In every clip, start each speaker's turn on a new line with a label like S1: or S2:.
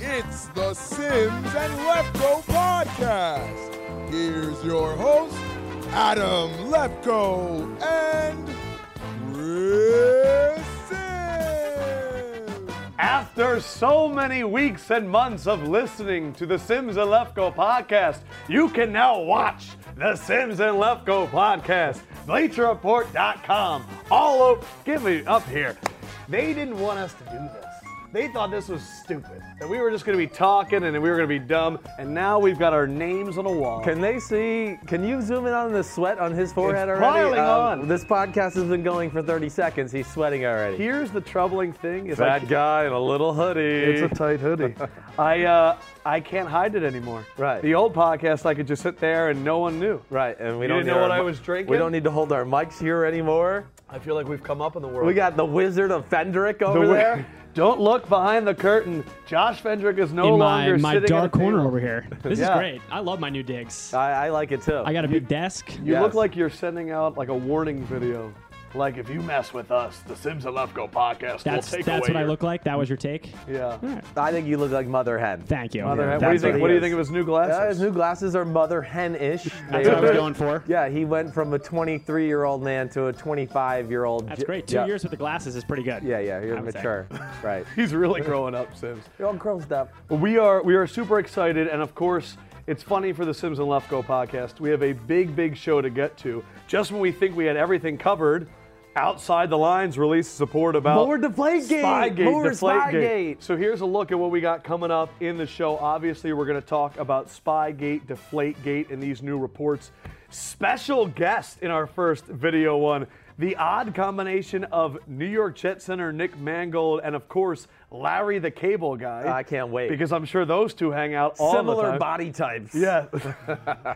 S1: It's the Sims and Lefko podcast. Here's your host, Adam Lefko and Chris Sims.
S2: After so many weeks and months of listening to the Sims and Lefko podcast, you can now watch the Sims and Lefko podcast, BleacherReport.com. All over, give me up here. They didn't want us to do this. They thought this was stupid. That we were just going to be talking and we were going to be dumb. And now we've got our names on a wall.
S3: Can they see? Can you zoom in on the sweat on his forehead
S2: It's
S3: already? Um,
S2: piling on.
S3: This podcast has been going for 30 seconds. He's sweating already.
S2: Here's the troubling thing: is I,
S3: Fat guy in a little hoodie.
S2: It's a tight hoodie. I uh, I can't hide it anymore.
S3: Right.
S2: The old podcast, I could just sit there and no one knew.
S3: right, and we
S2: You
S3: don't
S2: didn't
S3: need
S2: know
S3: our
S2: what I
S3: mi-
S2: was drinking?
S3: We don't need to hold our mics here anymore.
S2: I feel like we've come up in the world.
S3: We got the Wizard of Fendrick
S2: The
S3: over
S2: wi-
S3: there.
S2: Don't look behind the curtain. Josh Fendrick is no
S4: in my,
S2: longer
S4: my
S2: sitting at
S4: dark
S2: the table.
S4: corner over here. This
S2: Yeah.
S4: is great. I love my new digs.
S3: I, I like it too.
S4: I got a big desk.
S2: You
S3: Yes.
S2: look like you're sending out like a warning video. Like if you mess with us, the Sims and Lefko podcast
S4: That's
S2: will take
S4: that's
S2: away.
S4: what I
S2: your-"
S4: look like. That was your take.
S2: Yeah.
S3: I think you look like Mother Hen.
S4: Thank you.
S2: Mother
S3: Yeah,
S2: hen. What do you
S3: that's
S2: think?
S3: what
S2: What do you
S3: he
S2: think of
S3: is.
S2: his new
S3: Uh, his
S2: glasses?
S3: new glasses are Mother Hen-ish. They-
S4: That's what I was going for.
S3: yeah, he went from a 23-year-old man to a 25-year-old.
S4: That's great. Two
S3: yeah.
S4: years with the glasses is pretty good.
S3: Yeah, yeah, you're
S4: I would say.
S3: mature. right.
S2: He's really growing up, Sims.
S3: You're all grown up.
S2: We are we are super excited, and of course, it's funny for the Sims and Lefko podcast. We have a big, big show to get to. Just when we think we had everything covered, outside the lines releases a report about
S3: Lower Deflategate!
S2: Spygate,
S3: Lower
S2: Deflategate.
S3: Spygate!
S2: So here's a look at what we got coming up in the show. Obviously, we're going to talk about Spygate, Deflategate, and these new reports. Special guest in our first video one. The odd combination of New York Jet Center Nick Mangold and, of course, Larry the Cable Guy.
S3: I can't wait.
S2: Because I'm sure those two hang out all the
S3: Similar
S2: time.
S3: body types.
S2: Yeah.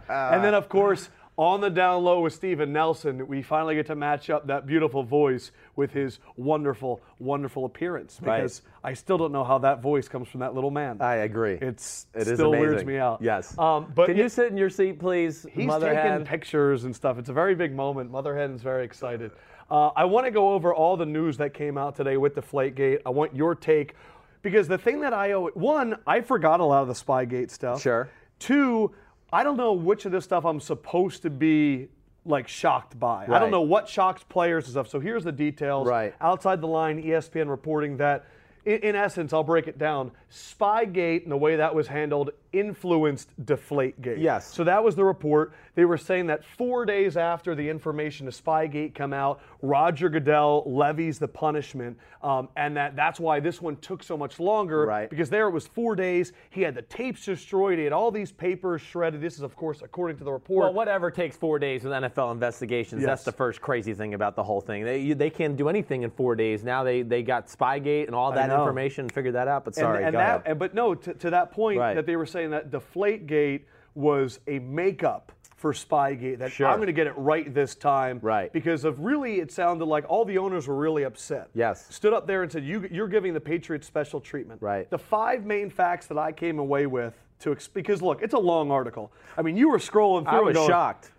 S2: and then, of course, on the down low with Steven Nelson, we finally get to match up that beautiful voice with his wonderful, wonderful appearance.
S3: Right.
S2: Because I still don't know how that voice comes from that little man.
S3: I agree.
S2: It's
S3: It is
S2: still weirds
S3: amazing.
S2: me out.
S3: Yes.
S2: Um, but
S3: Can you sit in your seat, please,
S2: He's
S3: Mother
S2: taking
S3: Hen?
S2: pictures and stuff. It's a very big moment. Mother Hen's very excited. Uh, I want to go over all the news that came out today with the Flategate. I want your take because the thing that I owe one, I forgot a lot of the Spygate stuff.
S3: Sure.
S2: Two, I don't know which of this stuff I'm supposed to be like shocked by. I don't
S3: Right.
S2: know what shocks players and stuff. So here's the details.
S3: Right.
S2: Outside the line, E ESPN reporting that, in, in essence, I'll break it down. Spygate and the way that was handled influenced Deflategate.
S3: Yes.
S2: So that was the report. They were saying that four days after the information to Spygate come out, Roger Goodell levies the punishment, um, and that that's why this one took so much longer.
S3: Right.
S2: Because there it was four days. He had the tapes destroyed. He had all these papers shredded. This is, of course, according to the report.
S3: Well, whatever takes four days with NFL investigations,
S2: Yes.
S3: that's the first crazy thing about the whole thing. They, you, they can't do anything in four days. Now they, they got Spygate and all that
S2: know.
S3: information, figured that out, but
S2: And-
S3: sorry,
S2: and,
S3: go
S2: that,
S3: ahead.
S2: and- but no, to, to that point
S3: Right.
S2: that they were saying that Deflategate was a makeup for Spygate. That
S3: Sure.
S2: I'm going to get it right this time.
S3: Right.
S2: Because of really, it sounded like all the owners were really upset.
S3: Yes.
S2: Stood up there and said, you, "You're giving the Patriots special treatment."
S3: Right.
S2: The five main facts that I came away with to ex- because look, it's a long article. I mean, you were scrolling through.
S3: I
S2: and
S3: was
S2: going,
S3: shocked.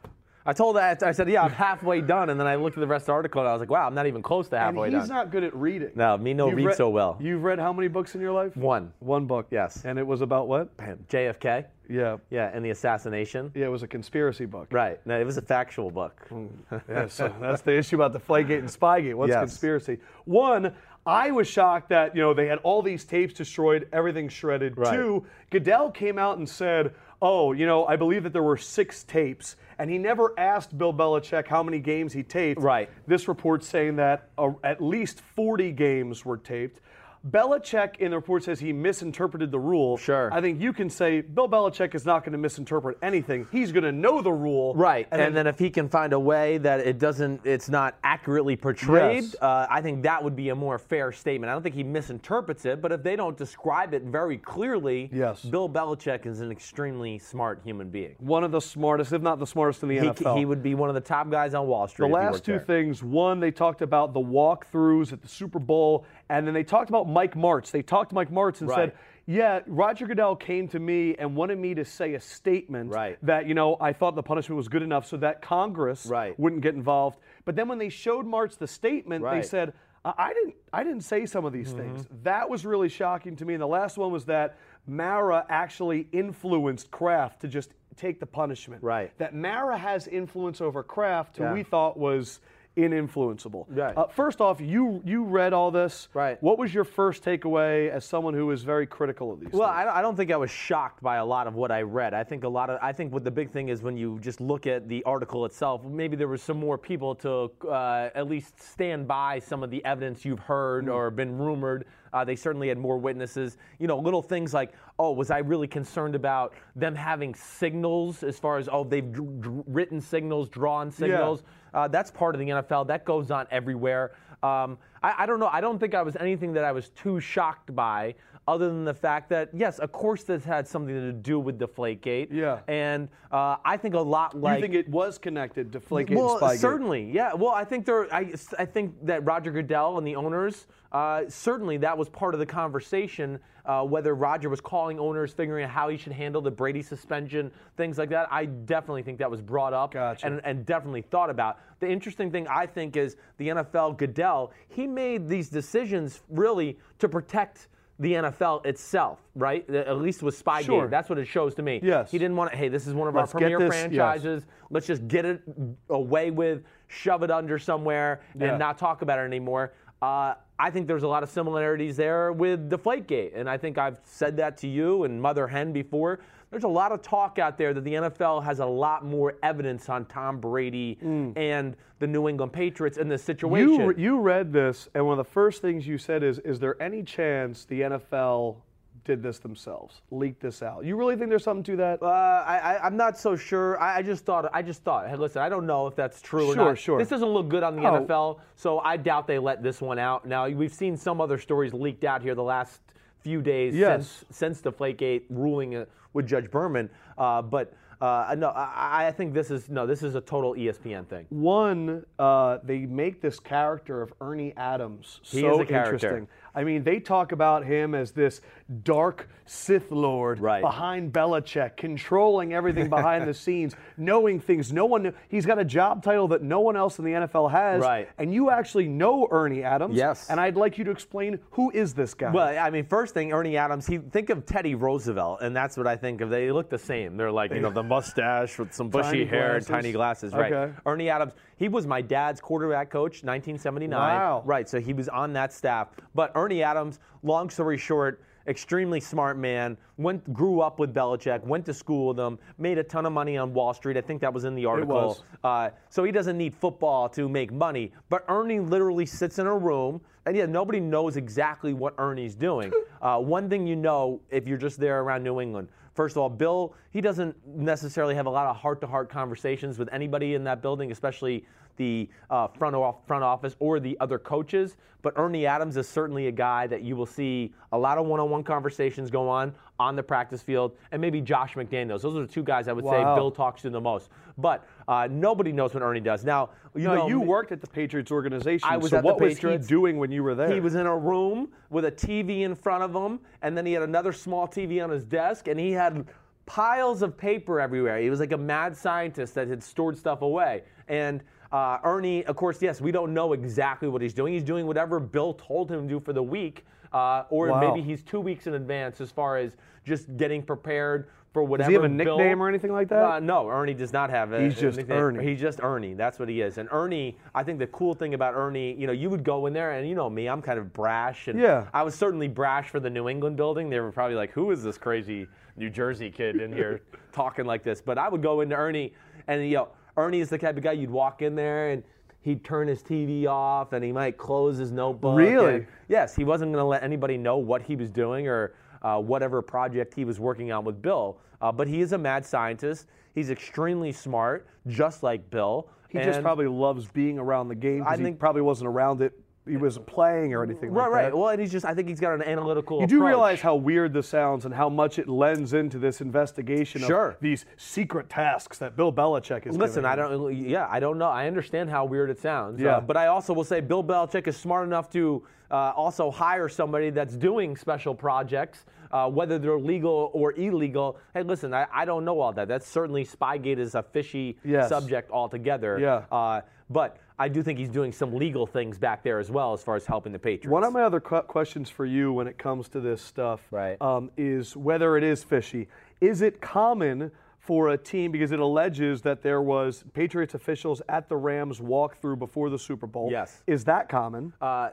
S3: I told that, I said, yeah, I'm halfway done, and then I looked at the rest of the article and I was like, wow, I'm not even close to
S2: And
S3: halfway
S2: he's
S3: done.
S2: not good at reading.
S3: No, me no
S2: You've
S3: read so well.
S2: You've read how many books in your life?
S3: One.
S2: One book.
S3: Yes.
S2: And it was about what?
S3: JFK?
S2: Yeah.
S3: Yeah, and the assassination.
S2: Yeah, it was a conspiracy book.
S3: Right. No, it was a factual book.
S2: Mm. Yeah, so that's the issue about the Flygate and Spygate. What's
S3: Yes.
S2: conspiracy? One, I was shocked that you know they had all these tapes destroyed, everything shredded.
S3: Right.
S2: Two, Goodell came out and said, "Oh, you know, I believe that there were six tapes." And he never asked Bill Belichick how many games he taped.
S3: Right.
S2: This report saying that uh, at least 40 games were taped. Belichick in the report says he misinterpreted the rule.
S3: Sure.
S2: I think you can say Bill Belichick is not going to misinterpret anything. He's going to know the rule.
S3: Right, and, then, if he can find a way that it doesn't, it's not accurately portrayed.
S2: Yes.
S3: Uh, I think that would be a more fair statement. I don't think he misinterprets it, but if they don't describe it very clearly,
S2: Yes.
S3: Bill Belichick is an extremely smart human being.
S2: one of the smartest, if not the smartest in the
S3: He,
S2: NFL.
S3: he would be one of the top guys on Wall Street.
S2: the
S3: if he
S2: last
S3: worked
S2: two
S3: there.
S2: things. One, they talked about the walkthroughs at the Super Bowl, and then they talked about Mike Martz. They talked to Mike Martz and said,
S3: Right.
S2: "Yeah, Roger Goodell came to me and wanted me to say a statement
S3: Right.
S2: that you know I thought the punishment was good enough so that Congress
S3: Right.
S2: wouldn't get involved." But then when they showed Martz the statement, they
S3: Right. Mm-hmm.
S2: said, I- I didn't I didn't say some of these things. That was really shocking to me. And the last one was that Mara actually influenced Kraft to just take the punishment.
S3: Right.
S2: That Mara has influence over Kraft, who
S3: Yeah.
S2: we thought was ininfluenceable.
S3: Right.
S2: Uh, first off, you you read all this.
S3: Right.
S2: What was your first takeaway as someone who is very critical of these?
S3: Well,
S2: things?
S3: I don't, I don't think I was shocked by a lot of what I read. I think a lot of I think what the big thing is when you just look at the article itself. Maybe there was some more people to uh, at least stand by some of the evidence you've heard or been rumored. Uh, they certainly had more witnesses. You know, little things like, oh, was I really concerned about them having signals as far as oh they've dr- dr- written signals, drawn signals. Uh, that's part of the NFL. That goes on everywhere. Um, I, I don't know. I don't think I was anything that I was too shocked by, other than the fact that yes, of course, this had something to do with Deflategate.
S2: Yeah.
S3: And uh, I think a lot
S2: you
S3: like.
S2: think it was connected to Flake
S3: well,
S2: and Spygate?
S3: certainly, yeah. Well, I think there. I, I think that Roger Goodell and the owners uh, certainly that was part of the conversation. Uh, whether Roger was calling owners, figuring out how he should handle the Brady suspension, things like that. I definitely think that was brought up
S2: Gotcha.
S3: and, and definitely thought about. The interesting thing I think is the NFL Goodell. He made these decisions really to protect. The NFL itself, right? At least with Spygate,
S2: Sure.
S3: that's what it shows to me.
S2: Yes.
S3: he didn't want to. Hey, this is one of
S2: Let's
S3: our
S2: get
S3: premier
S2: this- yes.
S3: franchises is, let's just get it away with, shove it under somewhere,
S2: Yeah.
S3: and not talk about it anymore. Uh, I think there's a lot of similarities there with Deflategate, and I think I've said that to you and Mother Hen before. There's a lot of talk out there that the NFL has a lot more evidence on Tom Brady and the New England Patriots in this situation.
S2: Mm. You, you read this, and one of the first things you said is, is there any chance the NFL did this themselves, leaked this out? You really think there's something to that?
S3: Uh, I, I, I'm not so sure. I, I just thought. I just thought. Hey, listen, I don't know if that's true or
S2: Sure,
S3: not.
S2: sure. Oh.
S3: This doesn't look good on the NFL, so I doubt they let this one out. Now we've seen some other stories leaked out here the last few days
S2: Yes.
S3: since since the Flakegate ruling uh, with Judge Berman, uh, but. Uh, no, I, I think this is no. This is a total E ESPN thing.
S2: One, uh, they make this character of Ernie Adams
S3: He
S2: so
S3: is a character.
S2: interesting. I mean, they talk about him as this dark Sith Lord
S3: Right.
S2: behind Belichick, controlling everything behind the scenes, knowing things no one knew. He's got a job title that no one else in the NFL has.
S3: Right.
S2: And you actually know Ernie Adams.
S3: Yes.
S2: And I'd like you to explain who is this guy?
S3: Well, I mean, first thing, Ernie Adams. He think of Teddy Roosevelt, and that's what I think of. They look the same. They're like you know the mustache with some bushy
S2: Tiny
S3: hair and
S2: glasses.
S3: tiny glasses, right?
S2: Okay.
S3: Ernie Adams. He was my dad's quarterback coach, 1979.
S2: Wow.
S3: Right. So he was on that staff. But Ernie Adams. Long story short. Extremely smart man. Went, grew up with Belichick. Went to school with him. Made a ton of money on Wall Street. I think that was in the article.
S2: was.
S3: Uh, so he doesn't need football to make money. But Ernie literally sits in a room, and yeah, nobody knows exactly what Ernie's doing. Uh, one thing you know if you're just there around New England. First of all, Bill, he doesn't necessarily have a lot of heart-to-heart conversations with anybody in that building, especially the uh, front, off, front office or the other coaches. But Ernie Adams is certainly a guy that you will see a lot of one-on-one conversations go on on the practice field, and maybe Josh McDaniels. Those are the two guys I would
S2: Wow.
S3: say Bill talks to the most. But uh, nobody knows what Ernie does. Now, you
S2: No,
S3: know,
S2: you worked at the Patriots organization.
S3: I was
S2: so
S3: at the
S2: what was
S3: Patriots.
S2: he doing when you were there?
S3: He was in a room with a TV in front of him, and then he had another small TV on his desk, and he had piles of paper everywhere. He was like a mad scientist that had stored stuff away. And uh, Ernie, of course, yes, we don't know exactly what he's doing. He's doing whatever Bill told him to do for the week, uh, or
S2: Wow.
S3: maybe he's two weeks in advance as far as just getting prepared for whatever.
S2: have a
S3: Bill-
S2: nickname or anything like that?
S3: Uh, no, Ernie does not have a
S2: He's just
S3: nickname.
S2: Ernie.
S3: He's just Ernie. That's what he is. And Ernie, I think the cool thing about Ernie, you know, you would go in there and you know me, I'm kind of brash and
S2: Yeah.
S3: I was certainly brash for the New England building. They were probably like, "Who is this crazy New Jersey kid in here talking like this?" But I would go into Ernie and you know, Ernie is the type of guy you'd walk in there and he'd turn his TV off and he might close his notebook.
S2: Really?
S3: and- yes, he wasn't going to let anybody know what he was doing or uh, whatever project he was working on with Bill. Uh, but he is a mad scientist. He's extremely smart, just like Bill.
S2: He just
S3: And-
S2: probably loves being around the game. 'cause
S3: I
S2: he
S3: think-
S2: probably wasn't around it. He wasn't playing or anything
S3: Right,
S2: like
S3: right.
S2: that.
S3: Well, and he's just, I think he's got an analytical
S2: you do
S3: approach.
S2: realize how weird this sounds and how much it lends into this investigation
S3: Sure.
S2: of these secret tasks that Bill Belichick is
S3: Listen,
S2: giving
S3: I
S2: him.
S3: don't. Yeah, I don't know. I understand how weird it sounds.
S2: Yeah.
S3: but I also will say Bill Belichick is smart enough to Uh, also, hire somebody that's doing special projects, uh, whether they're legal or illegal. Hey, listen, I, I don't know all that. That's certainly Spygate is a fishy
S2: Yes.
S3: subject altogether.
S2: Yeah.
S3: Uh, but I do think he's doing some legal things back there as well, as far as helping the Patriots.
S2: One of my other que- questions for you when it comes to this stuff
S3: Right.
S2: um, is whether it is fishy. Is it common for a team because it alleges that there was Patriots officials at the Rams walkthrough before the Super Bowl?
S3: Yes.
S2: Is that common
S3: uh,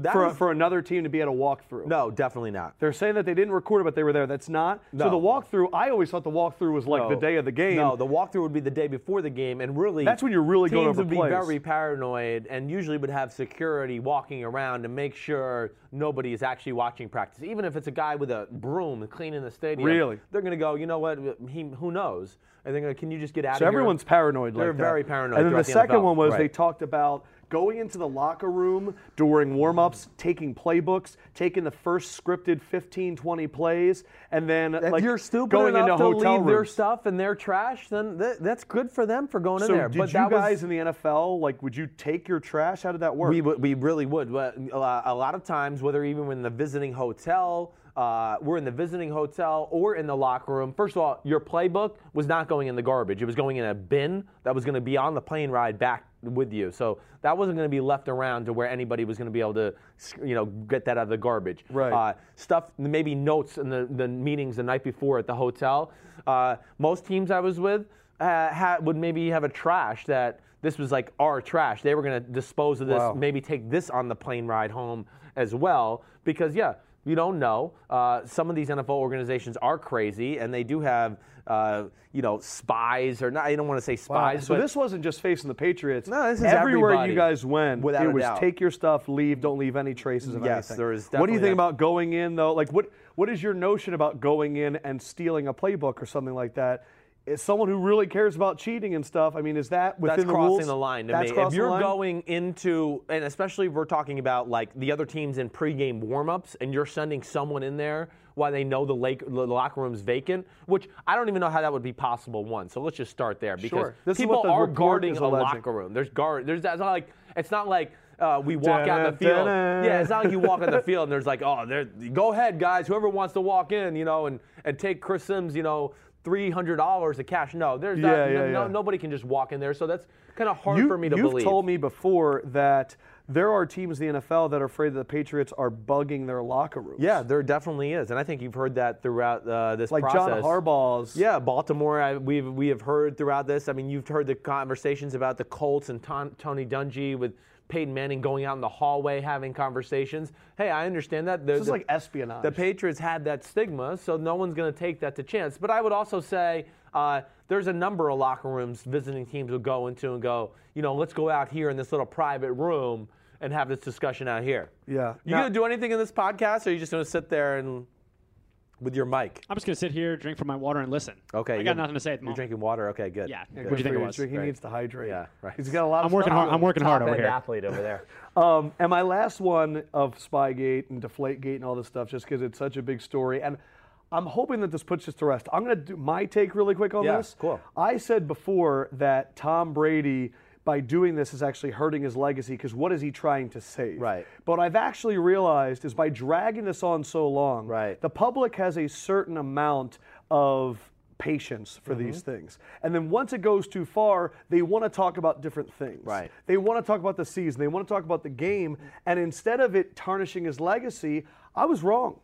S3: that
S2: for,
S3: is-
S2: for another team to be at a walkthrough?
S3: no, definitely not.
S2: They're saying that they didn't record it, but they were there. That's not. So
S3: No.
S2: the walkthrough, I always thought the walkthrough was like the
S3: No.
S2: day of the game.
S3: No, the walkthrough would be the day before the game, and really
S2: That's when you're really going
S3: teams
S2: over
S3: would be
S2: plays.
S3: very paranoid, and usually would have security walking around to make sure nobody is actually watching practice. Even if it's a guy with a broom cleaning the stadium,
S2: Really?
S3: they're gonna go. You know what? He, who knows? And they're gonna. Can you just get out
S2: So
S3: of here?
S2: everyone's paranoid.
S3: They're
S2: like that.
S3: very paranoid.
S2: And then the,
S3: throughout
S2: second
S3: NFL.
S2: one was they
S3: Right.
S2: talked about going into the locker room during warm-ups, taking playbooks, taking the first scripted 15, 20 plays, and then
S3: If
S2: like
S3: you're stupid
S2: going
S3: enough
S2: into
S3: to
S2: hotel
S3: leave
S2: rooms.
S3: their stuff and their trash, then th- that's good for them for going
S2: so
S3: in there.
S2: did
S3: but
S2: you
S3: that was-
S2: guys in the NFL like would you take your trash? How did that work?
S3: We, would, we really would. But A lot a lot of times, whether even we're in the visiting hotel, uh, we're in the visiting hotel or in the locker room. First of all, your playbook was not going in the garbage. It was going in a bin that was going to be on the plane ride back with you. So that wasn't going to be left around to where anybody was going to be able to, you know, get that out of the garbage.
S2: Right.
S3: Uh, stuff, maybe notes in the, the meetings the night before at the hotel. Uh, most teams I was with uh, had, would maybe have a trash that this was like our trash. They were going to dispose of this,
S2: Wow.
S3: maybe take this on the plane ride home as well, because, yeah. You don't know. Uh, some of these NFL organizations are crazy, and they do have, uh, you know, spies or not. I don't want to say
S2: Wow.
S3: spies,
S2: So
S3: but
S2: this wasn't just facing the Patriots.
S3: No, this is
S2: everywhere
S3: everybody.
S2: you guys went.
S3: Without
S2: it
S3: a
S2: was
S3: doubt.
S2: take your stuff, leave, don't leave any traces of
S3: Yes,
S2: anything.
S3: there is
S2: What do you
S3: definitely
S2: think
S3: that.
S2: about going in though? Like what what is your notion about going in and stealing a playbook or something like that? Is someone who really cares about cheating and stuff? I mean, is that within
S3: that's
S2: the
S3: crossing
S2: rules?
S3: the line to
S2: That's
S3: me. If
S2: crossing the
S3: you're
S2: line?
S3: going into, and especially if we're talking about like the other teams in pregame warmups, and you're sending someone in there while they know the, lake, the locker room's vacant, which I don't even know how that would be possible. One, so let's just start there because
S2: Sure. This is
S3: people
S2: what the
S3: are
S2: report
S3: guarding
S2: is
S3: a
S2: alleging.
S3: locker room. There's guard. There's that's not like it's not like. Uh, we walk out in the
S2: Dun-dun-dun-dun.
S3: field. Yeah, it's not like you walk on the field and there's like, oh, there, go ahead, guys, whoever wants to walk in, you know, and, and take Chris Sims, you know, three hundred dollars of cash. No, there's not,
S2: Yeah, yeah,
S3: no,
S2: yeah.
S3: nobody can just walk in there. So that's kind of hard for me to
S2: have
S3: believe.
S2: told me before that there are teams in the NFL that are afraid that the Patriots are bugging their locker rooms.
S3: yeah, there definitely is, and I think you've heard that throughout uh, this
S2: like John
S3: process.
S2: Harbaugh's.
S3: Yeah, Baltimore. I, we've we have heard throughout this. I mean, you've heard the conversations about the Colts and Ton, Tony Dungy with Peyton Manning going out in the hallway having conversations. Hey, I understand that. The,
S2: This is like espionage.
S3: The Patriots had that stigma, so no one's going to take that to chance. But I would also say uh, there's a number of locker rooms visiting teams will go into and go, you know, let's go out here in this little private room and have this discussion out here.
S2: Yeah.
S3: You
S2: Now-
S3: going to do anything in this podcast, or are you just going to sit there and with your mic?
S4: I'm just gonna sit here, drink from my water, and listen.
S3: Okay.
S4: I
S3: you're-
S4: got nothing to say at the
S3: You're
S4: moment.
S3: drinking water. Okay, good.
S4: Yeah.
S3: good.
S4: What'd you think it was?
S2: He
S3: Right.
S2: needs to hydrate.
S3: Yeah, right.
S2: He's got a lot.
S4: I'm
S2: of
S4: working
S2: stuff
S4: hard.
S2: on him.
S4: I'm working hard over
S3: Top-end
S4: here.
S3: Athlete over there.
S2: Um, and my last one of Spygate and Deflategate and all this stuff, just because it's such a big story. And I'm hoping that this puts this to rest. I'm going to do my take really quick on
S3: Yeah,
S2: this.
S3: cool.
S2: I said before that Tom Brady, by doing this, is actually hurting his legacy because what is he trying to save?
S3: Right.
S2: But I've actually realized is by dragging this on so long,
S3: Right.
S2: the public has a certain amount of patience for these things. And then once it goes too far, they want to talk about different things.
S3: Right.
S2: They want to talk about the season. They want to talk about the game. And instead of it tarnishing his legacy, I was wrong.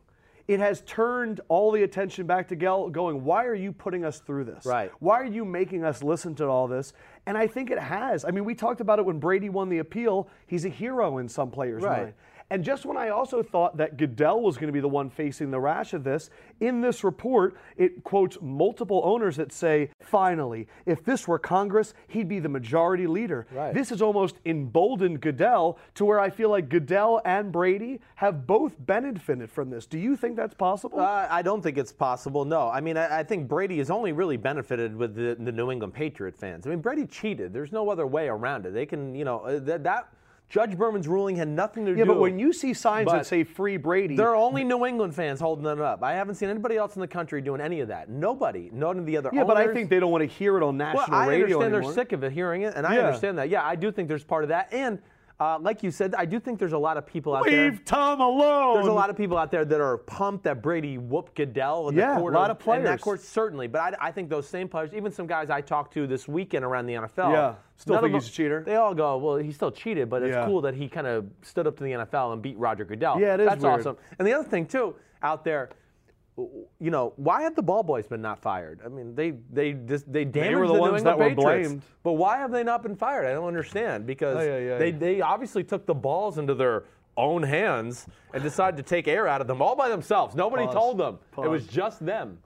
S2: It has turned all the attention back to Gell, going, why are you putting us through this?
S3: Right.
S2: Why are you making us listen to all this? And I think it has. I mean, we talked about it when Brady won the appeal. He's a hero in some players'
S3: Right.
S2: mind. And just when I also thought that Goodell was going to be the one facing the rash of this, in this report, it quotes multiple owners that say, finally, if this were Congress, he'd be the majority leader.
S3: Right.
S2: This has almost emboldened Goodell to where I feel like Goodell and Brady have both benefited from this. Do you think that's possible?
S3: Uh, I don't think it's possible. No, I mean, I, I think Brady has only really benefited with the, the New England Patriot fans. I mean, Brady cheated. There's no other way around it. They can, you know, uh, that, that Judge Berman's ruling had nothing to
S2: yeah,
S3: do.
S2: but when you see signs that
S3: But
S2: say free Brady,
S3: there are only New England fans holding it up. I haven't seen anybody else in the country doing any of that. Nobody, none of the other.
S2: yeah, but I
S3: owners.
S2: think they don't want to hear it on national
S3: Well, I
S2: radio
S3: understand
S2: anymore.
S3: they're sick of it hearing it, and I
S2: Yeah.
S3: understand that. Yeah, I do think there's part of that, and Uh, like you said, I do think there's a lot of people out there.
S2: Leave Tom alone.
S3: There's a lot of people out there that are pumped that Brady whooped Goodell in
S2: Yeah,
S3: the
S2: a
S3: court.
S2: lot of
S3: In that
S2: players.
S3: court, certainly. But I, I think those same players, even some guys I talked to this weekend around the NFL,
S2: Yeah, still
S3: none
S2: think
S3: of them-
S2: he's a cheater.
S3: They all go, well, he still cheated, but it's
S2: Yeah.
S3: cool that he kind of stood up to the NFL and beat Roger Goodell.
S2: Yeah, it is
S3: That's
S2: weird.
S3: awesome. And the other thing too, out there. You know why have the ball boys been not fired? I mean, they they just they damaged
S2: were the
S3: New
S2: ones
S3: England
S2: that were
S3: Patriots.
S2: blamed.
S3: But why have they not been fired? I don't understand because
S2: Ay, ay, ay.
S3: they they obviously took the balls into their own hands and decided to take air out of them all by themselves. Nobody
S2: Pause.
S3: told them. It was
S2: Pause.
S3: just them.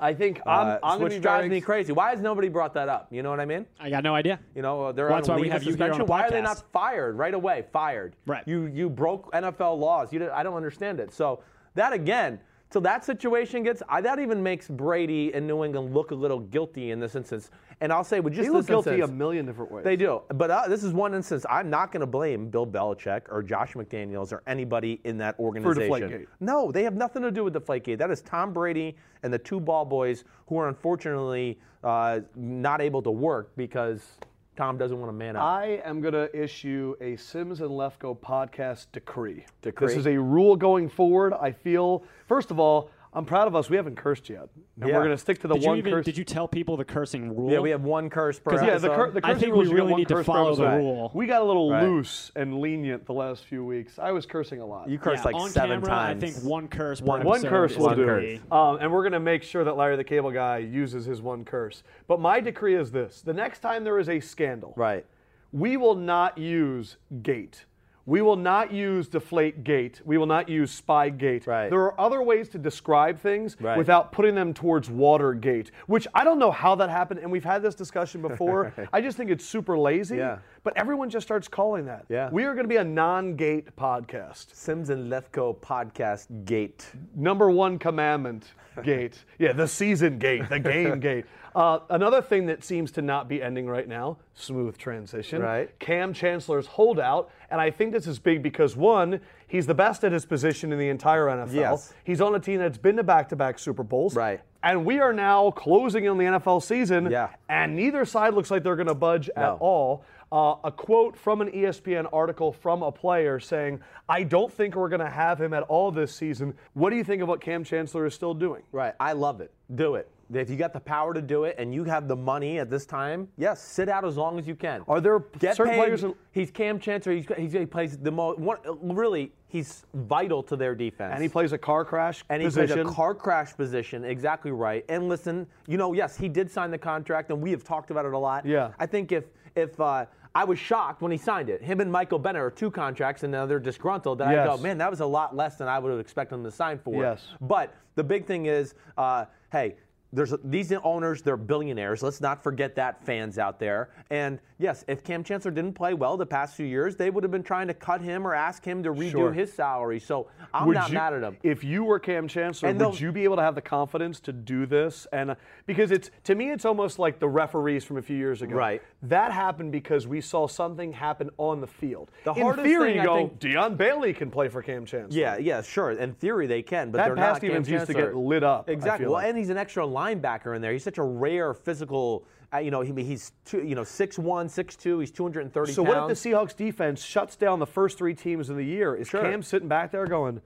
S2: I think I'm,
S3: Uh,
S2: I'm gonna
S3: which
S2: be
S3: drives
S2: very
S3: me
S2: ex-
S3: crazy. Why has nobody brought that up? You know what I mean?
S4: I got no idea.
S3: You know, uh, they're
S4: Well,
S3: on
S4: that's why we
S3: leave of
S4: have you here on
S3: suspension.
S4: the
S3: why are they
S4: podcast.
S3: not fired right away? Fired.
S4: Right.
S3: You you broke NFL laws. You don't- I don't understand it. So that again, till that situation gets, I, that even makes Brady and New England look a little guilty in this instance. And I'll say, with just
S2: They look
S3: this
S2: guilty a
S3: instance-
S2: million different ways.
S3: They do. But uh, this is one instance I'm not going to blame Bill Belichick or Josh McDaniels or anybody in that organization.
S2: Deflategate.
S3: no, they have nothing to do with Deflategate. That is Tom Brady and the two ball boys who are unfortunately uh, not able to work because Tom doesn't want to man up.
S4: Uh,
S2: I am going to issue a Sims and Lefko podcast decree.
S3: Decree?
S2: This is a rule going forward. I feel, first of all, I'm proud of us. We haven't cursed yet. And
S3: Yeah.
S2: we're going to stick to the
S4: Did you,
S2: one
S4: even,
S2: curse.
S4: did you tell people the cursing rule?
S3: yeah, we have one curse per
S2: yeah, the,
S3: episode.
S2: cur- the
S4: I
S2: cursing
S4: think
S2: rule
S4: we
S2: is you get
S4: really
S2: one
S4: need to
S2: curse per
S4: follow the
S2: episode.
S4: rule.
S2: We got a little
S3: Right.
S2: loose and lenient the last few weeks. I was cursing a lot.
S3: you cursed
S4: Yeah,
S3: like
S4: on
S3: seven
S4: camera,
S3: times.
S4: I think one curse. per
S3: One-
S2: One
S4: episode
S2: curse
S4: is
S2: will
S3: one
S2: do.
S4: okay.
S2: Um, and we're going to make sure that Larry the Cable Guy uses his one curse. But my decree is this the next time there is a scandal,
S3: Right.
S2: we will not use gate. We will not use deflate gate. We will not use spy gate.
S3: Right.
S2: There are other ways to describe things
S3: Right.
S2: without putting them towards Watergate, which I don't know how that happened, and we've had this discussion before. I just think it's super lazy,
S3: Yeah.
S2: but everyone just starts calling that.
S3: Yeah.
S2: We are going to be a non gate podcast
S3: Sims and Lefko podcast gate.
S2: number one commandment gate. Yeah, the season gate, the game gate. Uh, another thing that seems to not be ending right now, smooth transition.
S3: Right.
S2: Cam Chancellor's holdout, and I think this is big because one, he's the best at his position in the entire NFL.
S3: Yes.
S2: He's on a team that's been to back-to-back Super Bowls.
S3: Right.
S2: And we are now closing in the NFL season.
S3: Yeah.
S2: And neither side looks like they're going to budge at
S3: No.
S2: all. Uh, a quote from an E ESPN article from a player saying, I don't think we're going to have him at all this season. What do you think of what Cam Chancellor is still doing?
S3: Right. I love it. Do it. If you got the power to do it and you have the money at this time, yes, sit out as long as you can.
S2: Are there certain
S3: paid.
S2: players? in-
S3: He's Cam Chancellor. He's, he's, he plays the most. Really, he's vital to their defense.
S2: and he plays a car crash
S3: And he
S2: position.
S3: played a car crash position, exactly right. And listen, you know, yes, he did sign the contract, and we have talked about it a lot.
S2: Yeah.
S3: I think if if uh, I was shocked when he signed it, him and Michael Bennett are two contracts, and now they're disgruntled. That I
S2: Yes.
S3: go, man, that was a lot less than I would have expected him to sign for.
S2: Yes.
S3: But the big thing is, uh, hey. There's these owners, they're billionaires. Let's not forget that fans out there. And yes, if Cam Chancellor didn't play well the past few years, they would have been trying to cut him or ask him to redo
S2: Sure.
S3: his salary. So I'm
S2: Would
S3: not
S2: you-
S3: mad at him.
S2: If you were Cam Chancellor,
S3: And
S2: would
S3: they'll-
S2: you be able to have the confidence to do this? And uh, because it's to me, it's almost like the referees from a few years ago.
S3: Right.
S2: That happened because we saw something happen on the field.
S3: The
S2: In
S3: hardest
S2: theory,
S3: thing
S2: you
S3: I
S2: go,
S3: think-
S2: Deion Bailey can play for Cam Chancellor.
S3: Yeah, yeah, sure. In theory, they can, but
S2: That
S3: they're
S2: pass
S3: not. Cam
S2: defense used to get
S3: Chancellor.
S2: lit up, I
S3: Exactly.
S2: feel
S3: Well,
S2: like.
S3: and he's an extra linebacker in there. He's such a rare physical. Uh, you know, he, he's two, you know six one, six two. He's two hundred and thirty.
S2: So
S3: pounds.
S2: what if the Seahawks defense shuts down the first three teams in the year? Is
S3: Sure.
S2: Cam sitting back there going,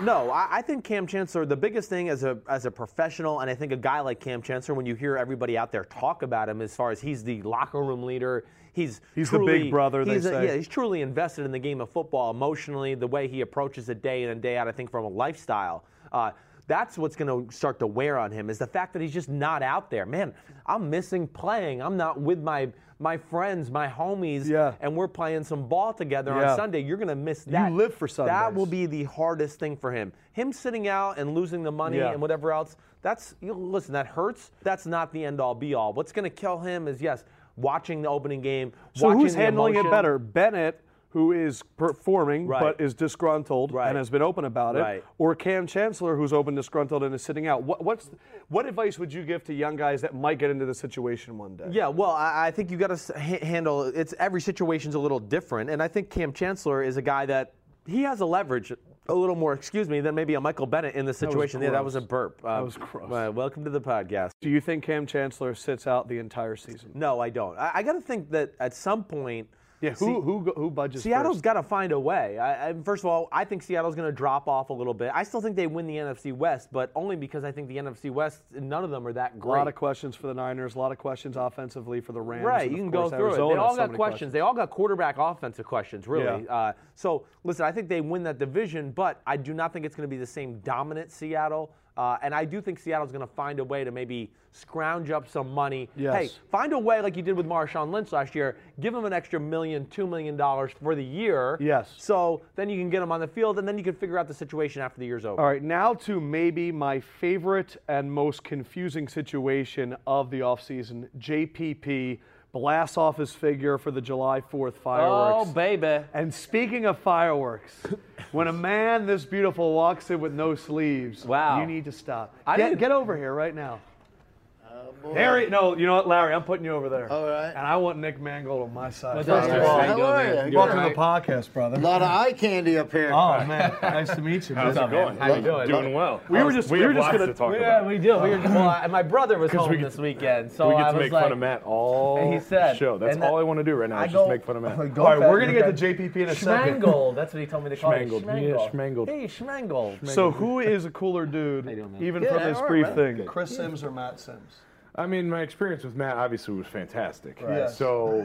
S3: No, I, I think Cam Chancellor. The biggest thing as a as a professional, and I think a guy like Cam Chancellor, when you hear everybody out there talk about him, as far as he's the locker room leader, he's
S2: He's the big
S3: truly-
S2: brother, they
S3: he's a-
S2: say.
S3: yeah, he's truly invested in the game of football emotionally, the way he approaches it day in and day out. I think from a lifestyle. Uh, that's what's going to start to wear on him is the fact that he's just not out there. Man, I'm missing playing. I'm not with my my friends, my homies,
S2: Yeah.
S3: and we're playing some ball together
S2: Yeah.
S3: on Sunday. You're going to miss that.
S2: live for
S3: That
S2: Sundays.
S3: will be the hardest thing for him. Him sitting out and losing the money
S2: Yeah.
S3: and whatever else, that's, you know, listen, that hurts. That's not the end all be all. What's going to kill him is, yes, watching the opening game,
S2: so
S3: watching
S2: who's
S3: the
S2: handling it
S3: emotion.
S2: better, Bennett, who is performing
S3: Right.
S2: but is disgruntled
S3: Right.
S2: and has been open about it,
S3: Right.
S2: or Cam Chancellor, who's open, disgruntled, and is sitting out? What, what's what advice would you give to young guys that might get into the situation one day?
S3: Yeah, well, I, I think you got to h- handle. It's every situation's a little different, and I think Cam Chancellor is a guy that he has a leverage a little more, excuse me, than maybe a Michael Bennett in the situation. yeah, that
S2: gross.
S3: was a burp. Uh,
S2: was gross.
S3: uh, welcome to the podcast.
S2: Do you think Cam Chancellor sits out the entire season?
S3: No, I don't. I, I got to think that at some point.
S2: Yeah, who who go- who budgets?
S3: Seattle's
S2: first?
S3: got to find a way. I, I, first of all, I think Seattle's going to drop off a little bit. I still think they win the NFC West, but only because I think the NFC West, none of them are that
S2: a
S3: great.
S2: lot of questions for the Niners. A lot of questions offensively for the Rams.
S3: Right,
S2: and
S3: you
S2: of
S3: can go
S2: course,
S3: through it.
S2: Arizona,
S3: They all
S2: so
S3: got
S2: many
S3: questions. They all got quarterback offensive questions, really.
S2: Yeah.
S3: Uh, so, listen, I think they win that division, but I do not think it's going to be the same dominant Seattle. Uh, and I do think Seattle's going to find a way to maybe scrounge up some money. Hey,
S2: Yes.
S3: find a way like you did with Marshawn Lynch last year. Give him an extra million, two million dollars for the year.
S2: Yes.
S3: So then you can get him on the field, and then you can figure out the situation after the year's over.
S2: All right, now to maybe my favorite and most confusing situation of the offseason JPP blasts off his figure for the July 4th
S3: Oh,
S2: fireworks.
S3: baby.
S2: and speaking of fireworks, when a man this beautiful walks in with no sleeves,
S3: Wow.
S2: you need to stop.
S3: I
S2: get,
S3: didn't-
S2: get over here right now. Harry, no, you know what, Larry, I'm putting you over there.
S5: All right.
S2: And I want Nick Mangold on my side.
S3: What's up,
S2: First of
S3: Larry?
S2: all,
S5: How are you? You're
S2: Welcome to the
S5: right.
S2: podcast, brother.
S5: A lot of eye candy up here.
S2: Oh man, nice to meet you. How's
S6: it going?
S3: How you doing?
S6: Doing well.
S2: We were just-
S6: we,
S2: we were
S6: have
S2: just
S6: lots
S2: gonna-
S6: to talk
S3: Yeah,
S6: about.
S3: we do. We were, well, I- my brother was
S6: 'Cause we
S3: home
S6: get
S3: this
S6: to-
S3: weekend, so
S6: we
S3: I
S6: get to
S3: was
S6: make
S3: like,
S6: fun of Matt all
S3: And he said-
S6: show. That's
S3: and
S6: all
S3: that-
S6: I want to do right now
S3: I
S6: is
S3: go-
S6: just make fun of Matt.
S2: All right, we're gonna get to JPP in a second.
S3: Schmangled. That's what he told me to call it.
S6: Schmangled. Yeah, schmangled.
S3: Hey, Schmangled.
S2: So who is a cooler dude, even
S3: Yeah,
S2: from
S3: all
S2: this
S3: right,
S2: brief
S3: man.
S2: thing? Chris Sims or Matt Sims?
S6: I mean, my experience with Matt obviously was fantastic.
S2: Yes.
S6: So,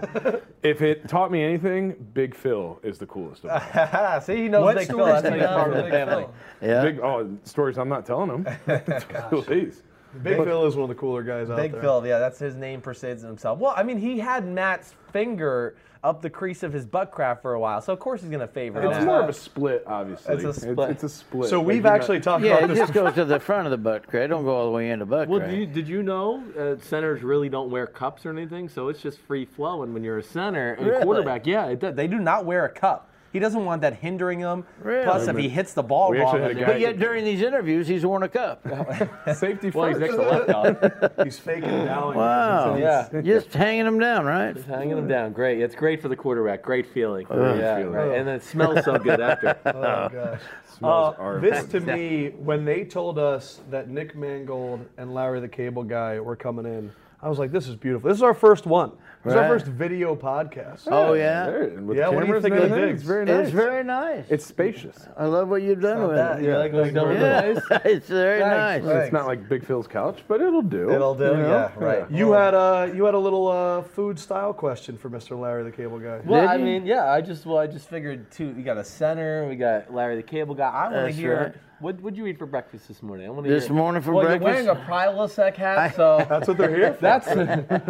S6: if it taught me anything, Big Phil is the coolest of all.
S3: Ah, see, he knows
S2: What
S3: Big Phil.
S2: stories
S3: That's
S2: do
S3: why
S2: you
S3: he's
S2: have
S3: part of
S2: on
S3: the
S2: Big
S3: family.
S2: Phil?
S5: yeah.
S6: Big oh, stories I'm not telling him. Please.
S2: Big Phil is one of the cooler guys out
S3: Big
S2: there.
S3: Phil, yeah, that's his name persists in himself. Well, I mean, he had Matt's finger up the crease of his butt crack for a while, so of course he's going to favor
S6: It's
S3: Matt.
S6: more of a split, obviously.
S3: It's a split.
S6: It's, a split.
S2: So
S6: Like,
S2: we've
S6: you're not-
S2: actually talked
S5: Yeah,
S2: about
S5: it
S2: this.
S5: just goes to the front of the butt crack. It don't go all the way in the butt
S7: Well,
S5: crack.
S7: do you, did you know uh, centers really don't wear cups or anything? So it's just free flowing when you're a center and
S5: Really?
S7: quarterback. Yeah, it does.
S3: They do not wear a cup. He doesn't want that hindering him.
S5: Really?
S3: Plus, if he hits the ball
S6: We
S3: wrong,
S6: actually had a
S3: then-
S6: guy-
S5: but yet during these interviews, he's worn a cup.
S6: safety
S7: Well, he's
S6: first.
S7: next to left dog,
S2: He's faking down.
S5: Wow.
S3: Yeah.
S5: Just hanging him down, right?
S7: hanging him down. Great. It's great for the quarterback. Great feeling. yeah,
S6: feeling.
S7: right. And it smells so good after.
S2: Oh, gosh.
S6: Smells
S2: Uh,
S6: are
S2: this to me, when they told us that Nick Mangold and Larry the Cable Guy were coming in, I was like, this is beautiful. This is our first one. This is our
S5: Right.
S2: first video podcast.
S5: Oh yeah.
S6: There, and with
S2: Yeah, what do you
S6: cameras and
S2: think of the
S6: everything,
S2: digs?
S6: It's very nice.
S5: It's very nice.
S6: It's spacious.
S5: I love what you've done with
S3: that.
S5: it.
S3: You like what he's done with
S5: Yeah,
S3: it?
S5: it's very
S3: Thanks.
S5: nice.
S6: It's not like Big Phil's couch, but it'll do.
S3: It'll do, yeah, right.
S2: You had a you had a little uh, food style question for Mr. Larry the Cable Guy.
S7: Well,
S5: Did
S7: I
S5: you?
S7: mean, yeah, I just well, I just figured too. We got a center, we got Larry the Cable Guy. I want to
S5: That's
S7: hear
S5: right.
S7: what would you eat for breakfast this morning? I want to
S5: This
S7: hear.
S5: morning for
S7: well,
S5: breakfast.
S7: you're wearing a Prilosec hat, so
S2: That's what they're here for.
S7: that's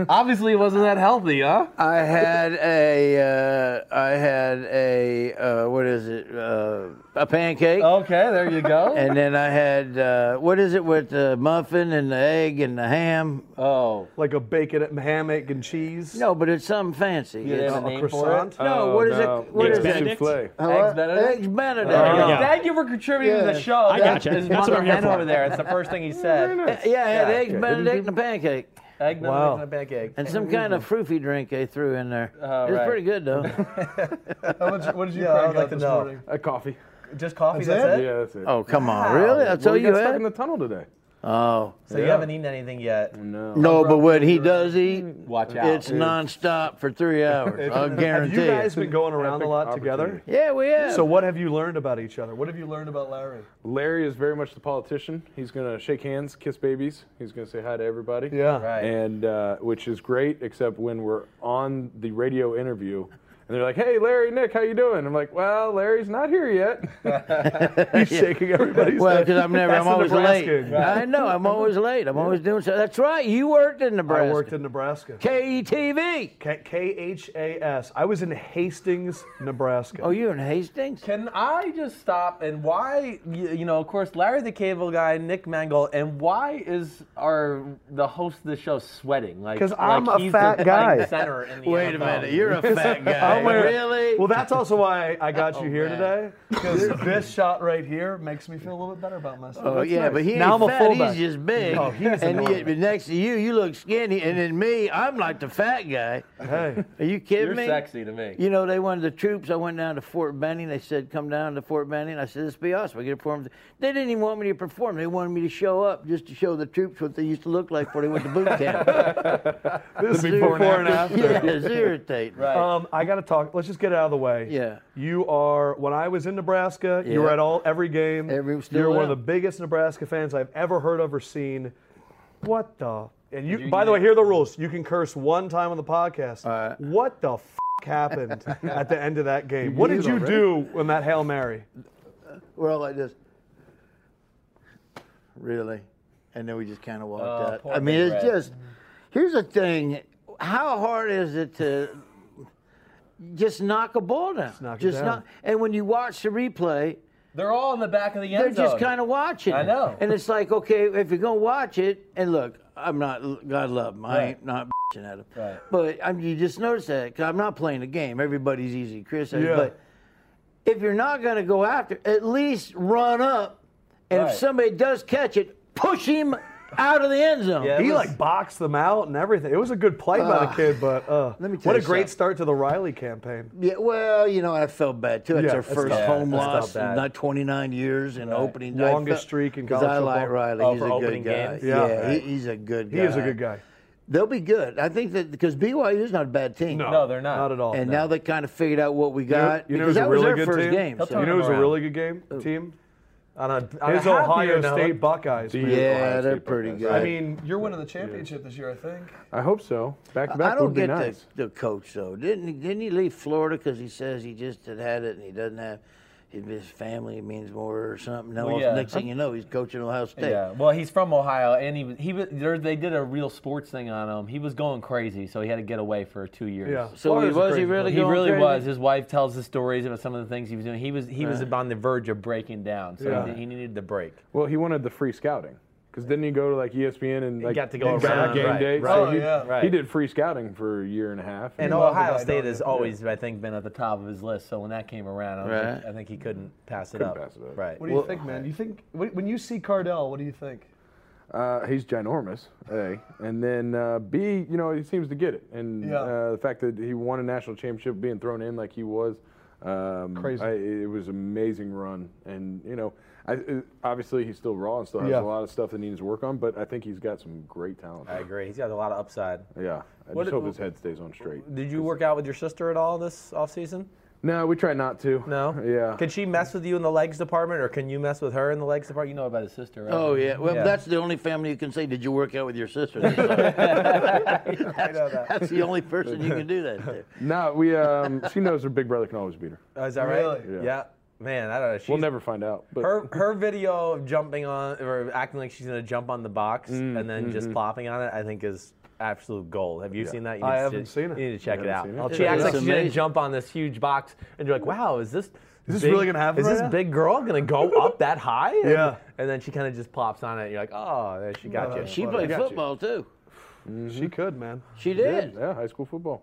S7: obviously wasn't that healthy, huh?
S5: I had a, uh, I had a, uh, what is it, uh, a pancake,
S3: Oh.
S7: Okay, there you go.
S5: and then I had, uh, what is it with the muffin and the egg and the ham?
S7: oh,
S2: like a bacon and ham, egg and cheese.
S5: No, but it's something fancy.
S7: you
S5: It's-
S7: have a name
S2: croissant?
S7: for it.
S5: no, what is it? What is
S6: it's
S5: it?
S6: Souffle.
S5: Hello?
S7: Eggs Benedict?
S5: Eggs Benedict.
S4: Oh, Yeah.
S3: Thank you for contributing to the
S5: Yeah.
S3: show.
S4: I gotcha.
S3: His
S4: That's what
S3: mother
S4: I'm here
S3: hen
S4: for.
S3: over there. It's the first thing he said.
S5: Yeah, I had
S3: Yeah.
S5: eggs Benedict and a pancake.
S3: Egg Benedict
S2: Wow.
S3: and a pancake.
S5: And some kind of fruity drink they threw in there.
S3: Oh,
S5: it was
S3: right.
S5: pretty good, though.
S2: What did you
S3: Yeah, I
S2: crack
S3: would
S2: up
S3: like to
S2: this
S3: know.
S2: morning?
S6: A coffee.
S3: Just coffee,
S2: That's it?
S3: that's, it?
S6: Yeah, that's it.
S5: Oh, come on. Really? That's all
S6: we
S5: you
S6: got stuck
S5: had?
S6: in the tunnel today.
S5: oh.
S3: So you haven't eaten anything yet.
S5: No, but when he does eat,
S7: Watch out.
S5: it's nonstop for three hours. I'll
S2: Have
S5: guarantee
S2: you guys
S5: it.
S2: been going around a
S6: Epic
S2: lot together?
S6: opportunity.
S5: Yeah, we have.
S2: So what have you learned about each other? What have you learned about Larry?
S6: Larry is very much the politician. He's going to shake hands, kiss babies. He's going to say hi to everybody.
S2: Yeah.
S3: Right.
S6: And uh, which is great, except when we're on the radio interview and they're like, "Hey, Larry, Nick, how you doing?" I'm like, "Well, Larry's not here yet." He's shaking everybody's
S5: well,
S6: hand.
S5: because I'm never,
S2: That's
S5: I'm
S2: the
S5: always
S2: Nebraska.
S5: late. I know, I'm always late. I'm always doing so. That's right. You worked in Nebraska. E
S2: I worked in Nebraska.
S5: KETV.
S2: K- K-H-A-S. I was in Hastings, Nebraska.
S5: Oh, you're in Hastings?
S3: Can I just stop and why? y- You know, of course, Larry the Cable Guy, Nick Mangold, and why is our the host of the show sweating? Like,
S2: 'Cause
S3: like
S2: I'm a
S3: he's
S2: fat
S3: the
S2: guy.
S3: playing Center in the
S5: Wait a
S3: NFL.
S5: minute. You're a fat guy.
S2: wearing-
S5: really?
S2: Well, that's also why I got you here
S5: man.
S2: today, because this shot right here makes me feel a little bit better about myself.
S5: Oh yeah, but he ain't
S2: Now I'm a
S5: fat.
S2: fullback.
S5: he's just big.
S2: No, he's
S5: and
S2: enormous.
S5: yet, but next to you, you look skinny, and then me, I'm like the fat guy.
S2: hey,
S5: Are you kidding
S7: You're
S5: me?
S7: sexy to me.
S5: You know, they wanted the troops. I went down to Fort Benning. They said, "Come down to Fort Benning." I said, "This would be awesome. I get to perform." They didn't even want me to perform. They wanted me to show up just to show the troops what they used to look like before they went to boot camp.
S2: this is
S5: Seriously. Yeah, it's irritating.
S2: Um, I got to talk. Let's just get it out of the way.
S5: Yeah.
S2: You are. When I was in Nebraska, you were
S5: Yeah.
S2: at all every game.
S5: Every- still
S2: you were one of
S5: am.
S2: the biggest Nebraska fans I've ever heard of or seen. What the? And you. by the way, here are the rules. You can curse one time on the podcast. what the? F- happened at the end of that game. What did
S1: did
S2: you
S1: already?
S2: do when that hail mary?
S5: We're all like this. Really? And then we just kind of walked out. I mean, it's just, here's the thing. How hard is it to just knock a ball down?
S2: knock it
S5: just
S2: down.
S5: knock- And when you watch the replay,
S8: They're all in the back of the
S5: they're
S8: end zone.
S5: just kind of watching.
S8: I
S5: it.
S8: know.
S5: And it's like, okay, if you're going to watch it, and look, I'm not, God love him, I
S8: Right.
S5: ain't not bitching at him.
S8: Right.
S5: But I'm, you just notice that, because I'm not playing the game. Everybody's easy criticized.
S2: Yeah.
S5: But if you're not going to go after, at least run up, and
S8: Right.
S5: if somebody does catch it, push him out of the end zone.
S8: Yeah. It
S2: He
S8: was-
S2: like boxed them out and everything. It was a good play by the kid, but uh,
S5: Let me tell
S2: what a
S5: you
S2: great
S5: something.
S2: start to the Riley campaign.
S5: Yeah, well, you know, I felt bad too. It's
S2: Yeah,
S5: our
S2: that's
S5: first
S2: not-
S5: home
S8: that's not
S5: loss in
S8: bad.
S5: not 29 years and opening I
S2: Longest
S5: felt-
S2: streak in
S5: 'cause
S2: college
S5: I like
S2: football.
S5: Riley.
S3: Oh,
S5: he's
S3: for
S5: a good
S3: opening
S5: guy.
S3: games?
S5: Yeah,
S2: Yeah.
S5: he, he's a good
S2: He
S5: guy.
S2: is a good guy.
S5: They'll be good. I think that because BYU is not a bad team.
S8: No, they're not.
S2: Not at all.
S5: And now they kind of figured out what we got
S6: you know
S5: because
S6: who's a
S5: that was
S6: really
S5: their
S6: good
S5: first
S6: team?
S5: game.
S8: They'll
S5: so-
S8: turn
S6: You know, it was a
S8: around.
S6: really good game team.
S2: on a, on
S6: His
S2: a
S6: Ohio
S2: happier note,
S6: State
S2: Buckeyes.
S6: The
S5: Yeah,
S6: Ohio
S5: they're
S6: State
S5: pretty
S6: Buckeyes.
S5: good.
S6: I
S5: I
S6: mean,
S1: mean, you're winning the championship this year, I think.
S6: I hope so. Back to
S5: I
S6: back
S5: don't
S6: would be
S5: get
S6: nice.
S5: the, the coach though. Didn't he, didn't he leave Florida because he says he just had had it and he doesn't have his family means more or something? No,
S8: Well, yeah.
S5: next thing you know, he's coaching Ohio State.
S8: Yeah, well, he's from Ohio, and he was he was there, they did a real sports thing on him. He was going crazy, so he had to get away for two years.
S2: Yeah.
S5: So
S2: Florida's a
S5: was he
S2: crazy
S5: really?
S8: He
S5: going
S8: really
S5: crazy?
S8: was. His wife tells the stories about some of the things he was doing. He was he was on the verge of breaking down, so
S2: Yeah.
S8: he, he needed the break.
S6: Well, he wanted the free scouting because didn't he go to like E ESPN and like
S3: got to go
S6: and got
S3: around,
S6: game
S3: right,
S6: day?
S3: right.
S6: So
S1: Oh,
S6: he,
S1: yeah.
S6: he did free scouting for a year and uh, a half.
S8: And
S6: He
S1: love the
S8: Ohio
S1: guy,
S8: State
S1: don't
S8: has
S1: you?
S8: always, I think, been at the top of his list. So when that came around, I, was
S5: Right.
S8: like, I think he couldn't pass it
S6: Couldn't
S8: up.
S6: pass it up.
S8: Right.
S1: What do you think, man? You think wh- when you see Cardell, what do you think?
S6: Uh, he's ginormous, A. And then uh, B, you know, he seems to get it. And
S1: Yeah.
S6: uh, the fact that he won a national championship being thrown in like he was, um,
S1: Crazy.
S6: I, it was an amazing run. And, you know, I, uh, obviously he's still raw and still has
S2: Yeah.
S6: a lot of stuff that he needs to work on, but I think he's got some great talent.
S3: I agree. He's got a lot of upside.
S6: yeah. I
S3: What-
S6: just hope his head stays on straight.
S3: Did you work out with your sister at all this offseason?
S6: No, we try not to.
S3: No.
S6: Yeah.
S3: Could she mess with you in the legs department, or can you mess with her in the legs
S8: Or
S3: department?
S8: you know about his sister, right?
S5: Oh yeah. Well,
S3: Yeah.
S5: that's the only family you can say. Did you work out with your sister? that's, that's the only person you can do that to.
S6: No, we. Um, she knows her big brother can always beat her.
S3: Oh, is that right?
S1: Really?
S3: Yeah.
S6: Yeah.
S3: Man, I don't know. She's,
S6: We'll never find out. But
S3: her her video of jumping on or acting like she's gonna jump on the box and then just plopping on it, I think is absolute gold. Have you seen that? You
S2: I
S3: need to-
S2: haven't seen it.
S3: You need to check
S6: You
S3: it out.
S6: haven't seen it? I'll
S3: she
S5: check
S3: acts
S5: it
S3: like
S5: out.
S3: she's gonna
S5: Amazing.
S3: jump on this huge box, and you're like, "Wow, is this is
S2: this really gonna happen
S3: Is
S2: right
S3: this
S2: now?"
S3: big girl gonna go up that high?" And,
S2: Yeah.
S3: And then she kind of just plops on it. And you're like, "Oh, there she got you."
S5: She played football too.
S2: She could, man.
S5: She
S6: yeah,
S5: did.
S6: yeah, high school football.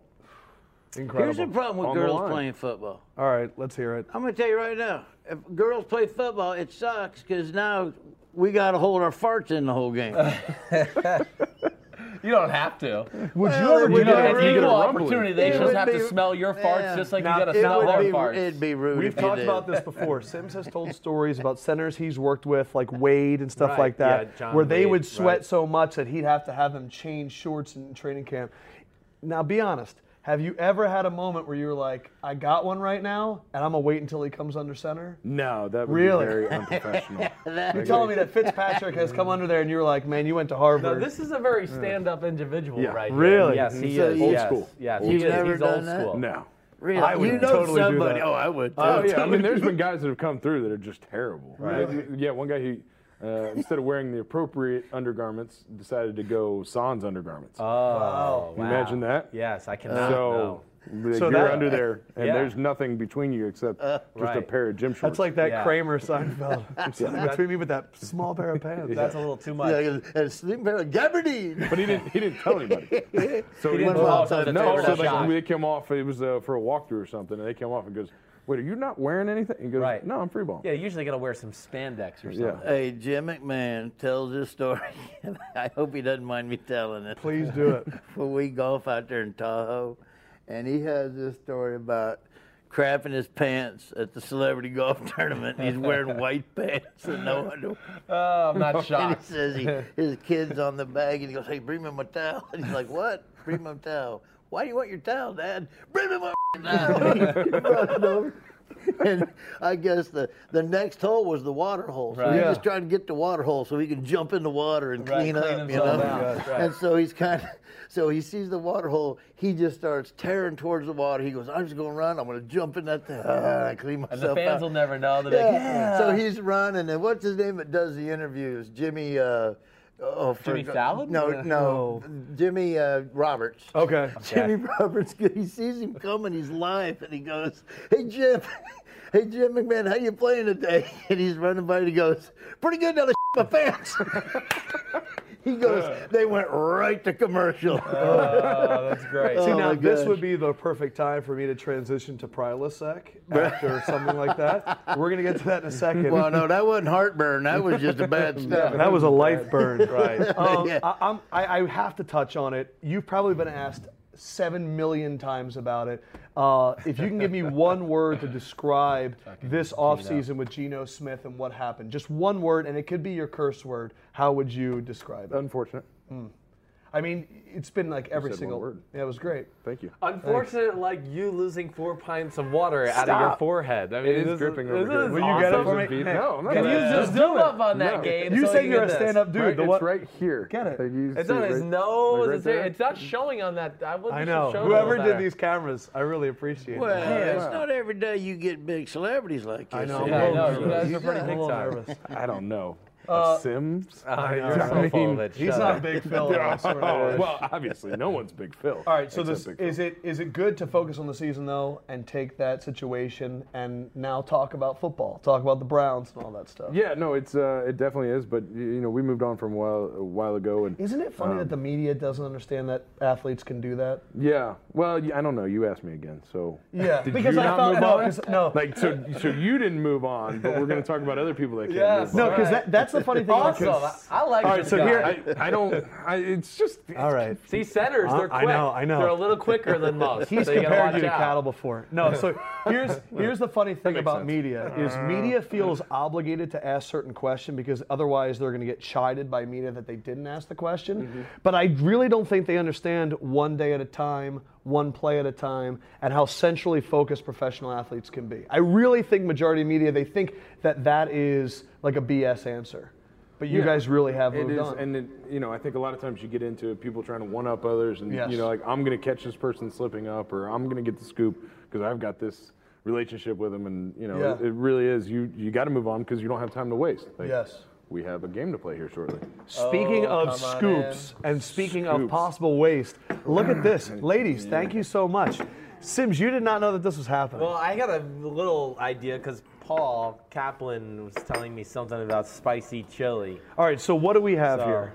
S2: Incredible.
S5: Here's the problem with
S6: On the
S5: girls
S6: line.
S5: playing football.
S2: All right, let's hear it.
S5: I'm gonna tell you right now. If girls play football, it sucks because now we gotta hold our farts in the whole game.
S8: You don't have to.
S2: Would
S5: Well,
S2: you
S5: it
S2: ever
S8: You
S5: would
S2: get
S8: know,
S5: Yeah,
S8: it's
S5: really
S8: equal
S5: good
S6: rumbling.
S8: opportunity. They
S5: It
S8: just
S5: would
S8: have
S5: be-
S8: to smell your farts
S5: Yeah.
S8: just like
S2: Now,
S8: you got
S2: it
S8: to smell
S2: would
S8: their
S5: be,
S8: farts.
S5: it'd be rude.
S2: We've
S5: if you
S2: talked
S5: did.
S2: about this before. Sims has told stories about centers he's worked with, like Wade and stuff
S3: Right,
S2: like that,
S3: yeah, John
S2: where they
S3: Wade,
S2: would sweat
S3: right.
S2: so much that he'd have to have them change shorts in training camp. Now, be honest. Have you ever had a moment where you were like, I got one right now, and I'm going to wait until he comes under center?
S6: No, that would
S2: Really?
S6: be very unprofessional.
S2: You're telling me that Fitzpatrick has come under there, and you were like, man, you went to Harvard.
S3: No, this is a very stand-up individual,
S6: Yeah.
S3: right?
S2: Really?
S3: Here. Yes, he
S5: So
S3: is.
S5: you- Old
S3: yes,
S6: school.
S3: Yes,
S6: Old
S3: he is.
S5: school. Never
S3: He's old
S5: done that?
S3: school.
S6: no.
S5: Really?
S2: I would
S5: you know
S2: totally do
S5: somebody.
S2: that.
S5: Oh, I would too.
S6: Oh yeah, I mean, there's been guys that have come through that are just terrible. Right. yeah, one guy he uh, instead of wearing the appropriate undergarments, decided to go sans undergarments.
S3: Oh, wow.
S6: you imagine that?
S3: Yes, I cannot.
S6: So, like,
S2: So
S6: you're
S2: that-
S6: under there, and
S3: Yeah.
S6: there's nothing between you except just a
S3: right.
S6: pair of gym shorts.
S2: That's like that
S3: Yeah.
S2: Kramer Seinfeld. Something between me with that small pair of pants.
S3: That's a little too much.
S5: Yeah, and sleeping bag like Gabardine.
S6: But he didn't. He didn't tell anybody. So he,
S5: didn't tell us that they
S6: No,
S5: were
S6: so
S5: not
S6: like,
S3: shot.
S6: they came off. It was uh, for a walkthrough or something, and they came off and goes, "Wait, are you not wearing anything?" He goes,
S3: Right.
S6: "No, I'm free ball."
S3: Yeah, usually gotta wear some spandex or something.
S6: Yeah.
S5: Hey, Jim McMahon tells this story. and I hope he doesn't mind me telling it.
S2: Please do it.
S5: When we golf out there in Tahoe, and he has this story about crapping his pants at the celebrity golf tournament. and He's wearing white pants and no underwear.
S8: Oh, I'm not
S5: And he
S8: shocked.
S5: says he, his kid's on the bag, and he goes, "Hey, bring me my towel." And he's like, "What? Bring me my towel? Why do you want your towel, Dad? Bring me my brought it over. And I guess the, the next hole was the water hole. So he's
S1: Right.
S5: just trying to get the water hole so he can jump in the water and
S8: Right,
S5: clean,
S8: clean
S5: up, you
S8: himself
S5: know.
S8: out, right.
S5: And so he's kind of, so he sees the water hole. He just starts tearing towards the water. He goes, "I'm just going to run. I'm going to jump in that thing. Ah, I clean myself
S8: And the fans
S5: out."
S8: will never know. They're
S5: yeah.
S8: like, yeah.
S5: So he's running, and what's his name that does the interviews? Jimmy. Uh, oh, for,
S8: Jimmy Fallon?
S5: No,
S8: No.
S5: no, Jimmy uh, Roberts.
S2: Okay.
S5: Jimmy Roberts, he sees him coming, he's live, and he goes, "Hey Jim, hey Jim McMahon, how you playing today?" And he's running by, and he goes, "Pretty good now, to my pants." he goes, "They went right to commercial."
S8: oh, that's great.
S2: See,
S5: Oh
S2: now
S5: my
S2: this
S5: gosh.
S2: would be the perfect time for me to transition to Prilosec after something like that. We're going to get to that in a second.
S5: well, no, that wasn't heartburn. That was just a bad stuff.
S2: that was a life burn. right. Um,
S5: Yeah.
S2: I, I'm, I, I have to touch on it. You've probably been asked seven million times about it. Uh, if you can give me one word to describe this offseason with Geno Smith and what happened, just one word, and it could be your curse word, how would you describe it?
S6: Unfortunate.
S2: I mean, it's been like every
S6: said one
S2: single
S6: word.
S2: Yeah, it was great.
S6: Thank you.
S3: Unfortunate, like you losing four pints of water out of your forehead. I mean,
S6: It
S3: this
S6: is dripping over
S3: this
S6: here.
S3: is
S6: Will
S2: you get it
S3: awesome.
S2: for me?
S6: Beat-
S2: Hey,
S6: No, I'm not
S3: Can
S6: gonna
S3: you
S6: do
S3: just
S6: that.
S3: do up on that
S6: No.
S3: game?
S2: You
S3: so
S2: said
S3: can
S2: you're a
S3: this.
S2: stand-up dude.
S6: Right,
S2: the
S6: it's
S2: what?
S6: right here.
S2: Get it.
S6: Like, you
S3: It's
S6: see
S3: on
S6: it
S3: his
S6: right-
S3: nose.
S6: like right
S3: it's, there.
S6: there.
S3: it's not showing on that. I, wouldn't
S2: I
S3: have
S2: know.
S3: shown it
S2: Whoever
S3: on
S2: did
S3: there.
S2: these cameras, I really appreciate
S5: Well,
S2: it.
S5: it's not every day you get big celebrities like this.
S2: I know.
S5: you
S3: Yeah, I know. You
S2: Nervous.
S3: guys are pretty
S2: I'm a
S3: big
S2: little
S3: time.
S2: nervous.
S6: I don't know.
S2: Uh,
S6: A Sims?
S2: Ah,
S3: I know.
S6: I
S3: You're so full of
S6: mean,
S3: it.
S2: He's
S3: Shut
S2: not
S3: up.
S2: Big Phil. I swear to God.
S6: well, obviously, no one's Big Phil.
S2: All right, so
S6: except
S2: this
S6: Big Phil.
S2: is it. Is it good to focus on the season though, and take that situation, and now talk about football, talk about the Browns and all that stuff?
S6: Yeah, no, it's uh, it definitely is. But y- you know, we moved on from a while a while ago, and
S2: Isn't it funny that the media doesn't understand that athletes can do that?
S6: Um, yeah, well, y- I don't know. You asked me again, so
S2: Yeah,
S6: Did
S2: because
S6: you
S2: I
S6: not
S2: thought
S6: move
S2: no,
S6: on?
S2: 'cause- no,
S6: like so so you didn't move on, but we're gonna talk about other people that can't
S2: yes,
S6: move
S2: no,
S6: on.
S2: because that, that's the funny thing. about
S3: Awesome. I, I like
S6: All right,
S3: this
S6: so
S3: guy.
S6: here I, I don't. I, it's just it's
S2: all right.
S3: See, centers, they're
S2: I
S3: quick.
S2: know, I know.
S3: They're a little quicker than most.
S2: He's
S3: so you gotta
S2: compared you
S3: watch
S2: to
S3: out.
S2: cattle before. No, so here's here's the funny thing
S6: makes
S2: about
S6: sense.
S2: media is media feels obligated to ask certain question because otherwise they're going to get chided by media that they didn't ask the question. But I really don't think they understand one day at a time, one play at a time, and how centrally focused professional athletes can be. I really think majority of media they think that that is like a BS answer, but you
S6: Yeah.
S2: guys really have
S6: It
S2: moved
S6: is,
S2: on.
S6: and it, you know, I think a lot of times you get into people trying to one up others, and
S2: Yes.
S6: you know, like I'm going to catch this person slipping up, or I'm going to get the scoop because I've got this relationship with them, and you know,
S2: Yeah.
S6: it, it really is. You you got to move on because you don't have time to waste. Like,
S2: Yes.
S6: we have a game to play here shortly.
S2: Speaking
S8: Oh,
S2: of
S8: come on
S2: scoops and speaking of
S6: Scoops.
S2: possible waste, look at this. Ladies, thank you so much. Sims, you did not know that this was happening.
S8: Well,
S3: Well, I got a little idea because Paul Kaplan was telling me something about spicy chili.
S2: All right, so what do we have
S3: So-
S2: here?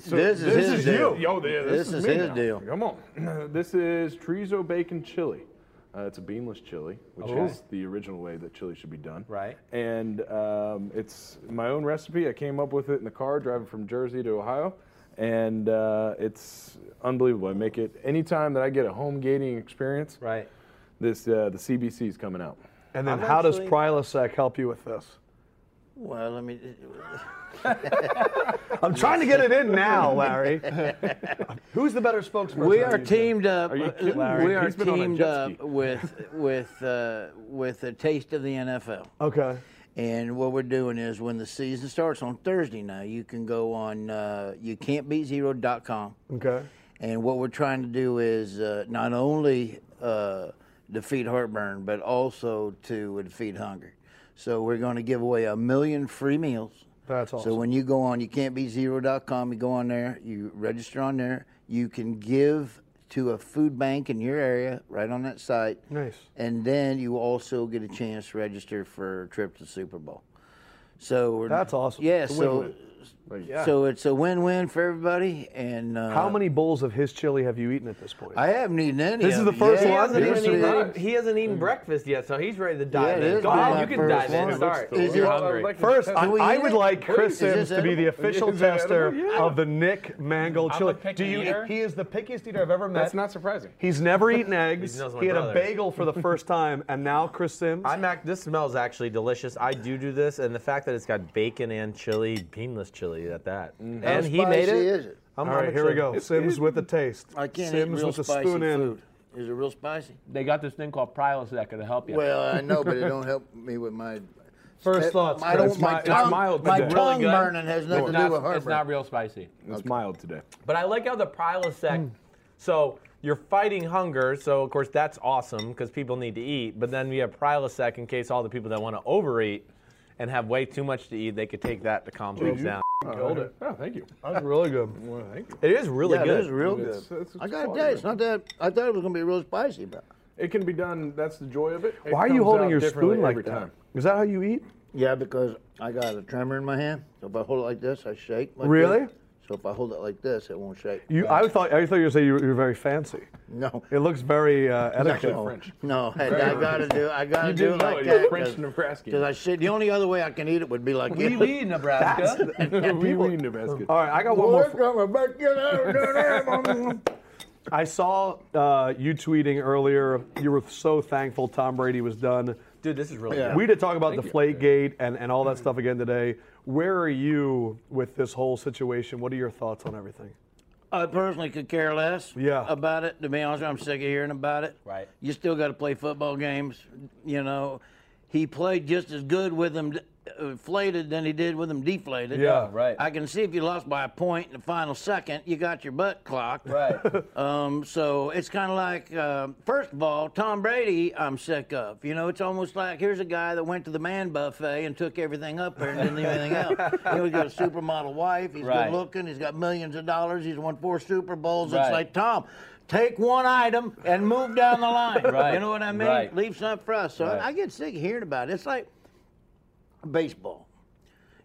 S6: So
S5: This is his deal.
S6: Yo, th- this,
S5: This is
S6: me
S5: his
S6: now.
S5: deal.
S6: Come on. this is chorizo bacon chili. Uh, it's a beanless chili, which is the original way that chili should be done.
S3: Right.
S6: And um, it's my own recipe. I came up with it in the car driving from Jersey to Ohio. And uh, it's unbelievable. I make it anytime that I get a home gating experience.
S3: Right.
S6: This uh, the CBC is coming out.
S2: And then
S3: I'm
S2: how
S3: actually-
S2: does Prilosec help you with this?
S5: Well, I mean,
S2: I'm trying to get it in now, Larry. Who's the better spokesperson?
S5: we
S2: on
S5: are
S2: these
S5: teamed up.
S6: you kidding me?
S5: we are
S6: He's been on a
S5: teamed
S6: jet
S5: up
S6: ski.
S5: with with uh, with a taste of the NFL.
S2: days? Okay.
S5: And what we're doing is when the season starts on Thursday now, you can go on uh, you can't beat zero.com.
S2: Okay.
S5: And what we're trying to do is uh, not only uh, defeat heartburn, but also to defeat hunger. So we're going to give away a million free meals.
S2: That's
S5: So
S2: awesome.
S5: when you go on, you can't be zero.com, you go on there, you register on there, you can give to a food bank in your area right on that site.
S2: Nice.
S5: And then you also get a chance to register for a trip to the Super Bowl. So we're,
S2: That's awesome.
S5: Yeah,
S2: It's a
S5: so
S2: win-win.
S5: so it's a win-win for everybody. And uh,
S2: How many bowls of his chili have you eaten at this point?
S5: I haven't eaten any.
S2: This
S5: of
S2: is the
S5: it
S2: first
S5: yet.
S2: one?
S3: He
S2: You're
S3: hasn't, even eaten,
S6: surprised.
S3: he hasn't eaten breakfast yet, so he's ready to
S5: Yeah,
S3: dive
S5: it
S3: in.
S5: is
S3: Go
S5: my
S3: ahead, you can
S5: first
S3: dive in.
S5: one.
S3: Start.
S5: Is
S3: You're
S5: it-
S3: hungry.
S2: First, I,
S5: Can we
S2: I
S5: eat
S2: would
S5: it?
S2: like Chris
S5: Is this
S2: Sims to be the
S5: edible?
S2: official
S6: Is that
S2: tester
S6: edible? Yeah.
S2: of the Nick Mangold
S8: I'm
S2: chili.
S8: a picky
S2: you-
S8: eater.
S2: He is the pickiest eater I've ever met.
S6: That's not surprising.
S2: He's never eaten eggs.
S3: He knows my
S2: he had a
S3: brother.
S2: bagel for the first time, and now Chris Sims.
S3: I'm act, this smells actually delicious. I do do this, and the fact that it's got bacon and chili, beanless chili at that,
S2: Mm-hmm.
S3: and he made
S5: spicy
S3: it.
S5: is it?
S3: I'm,
S2: All
S3: I'm
S2: right, here we
S3: excited.
S2: go. Sims with the taste.
S5: I can't eat
S2: Sims
S5: real
S2: with the
S5: spicy
S2: spoon in.
S5: food. Is it real spicy?
S3: They got this thing called Prilosec that could help you.
S5: Well, I know, but it don't help me with my
S2: First thoughts,
S5: I don't,
S2: Chris.
S5: my
S6: mi- it's
S5: tongue,
S6: mild
S5: my
S6: today.
S5: tongue
S3: Really good?
S5: burning has nothing
S3: it's
S5: to do
S3: not,
S5: with
S3: it's
S5: heartburn.
S3: not real spicy.
S6: It's mild today.
S9: But I like how the Prilosec. so you're fighting hunger, so of course that's awesome because people need to eat. But then we have Prilosec in case all the people that want to overeat and have way too much to eat, they could take that to calm things down.
S2: Killed it.
S6: Oh, thank you.
S2: That's really good.
S6: Well, thank you.
S9: It is really
S5: yeah,
S9: good.
S5: it is real good.
S6: It's- it's-
S5: I
S6: it's
S5: gotta
S6: quality.
S5: tell you, it's not that. I thought it was gonna be real spicy, but
S6: It can be done. That's the joy of it. It
S2: Why are you
S6: comes
S2: holding
S6: out
S2: your
S6: differently
S2: spoon like
S6: every
S2: that?
S6: time.
S2: Is that how you eat?
S5: yeah, because I got a tremor in my hand. So if I hold it like this, I shake. Like
S2: Really?
S5: this. So if I hold it like this, it won't shake.
S2: You, I thought I thought you were saying you were, you were very fancy.
S5: no.
S2: It looks very uh, etiquette.
S5: No,
S6: French.
S5: no, I, I gotta do. I gotta
S6: You
S5: do
S6: do
S5: it
S6: know
S5: like
S6: it.
S5: that.
S6: French Nebraska.
S5: Because I should. The only other way I can eat it would be like
S10: We
S5: this.
S10: lead Nebraska.
S6: we were in Nebraska.
S2: All right, I got one
S5: Well,
S2: more.
S5: they're coming back, get out of there.
S2: I saw uh, you tweeting earlier. You were so thankful Tom Brady was done.
S9: Dude, this is really
S5: Yeah.
S2: We did talk about the Flate Gate and, and all that stuff again today. Where are you with this whole situation? What are your thoughts on everything?
S5: I personally could care less
S2: Yeah.
S5: about it. To be honest, with you, I'm sick of hearing about it.
S9: Right.
S5: You still got to play football games. You know, he played just as good with them inflated than he did with them deflated.
S2: Yeah,
S3: right.
S5: I can see if you lost by a point in the final second, you got your butt clocked.
S3: Right.
S5: Um, so it's kind of like, uh, first of all, Tom Brady, I'm sick of. You know, it's almost like here's a guy that went to the man buffet and took everything up there and didn't leave anything out. You know, he's got a supermodel wife. He's
S3: Right.
S5: good looking. He's got millions of dollars. He's won four Super Bowls. It's
S3: Right.
S5: like, Tom, take one item and move down the line.
S3: Right.
S5: You know what I mean?
S3: Right.
S5: Leave something for us. So
S3: Right.
S5: I get sick of hearing about it. It's like baseball.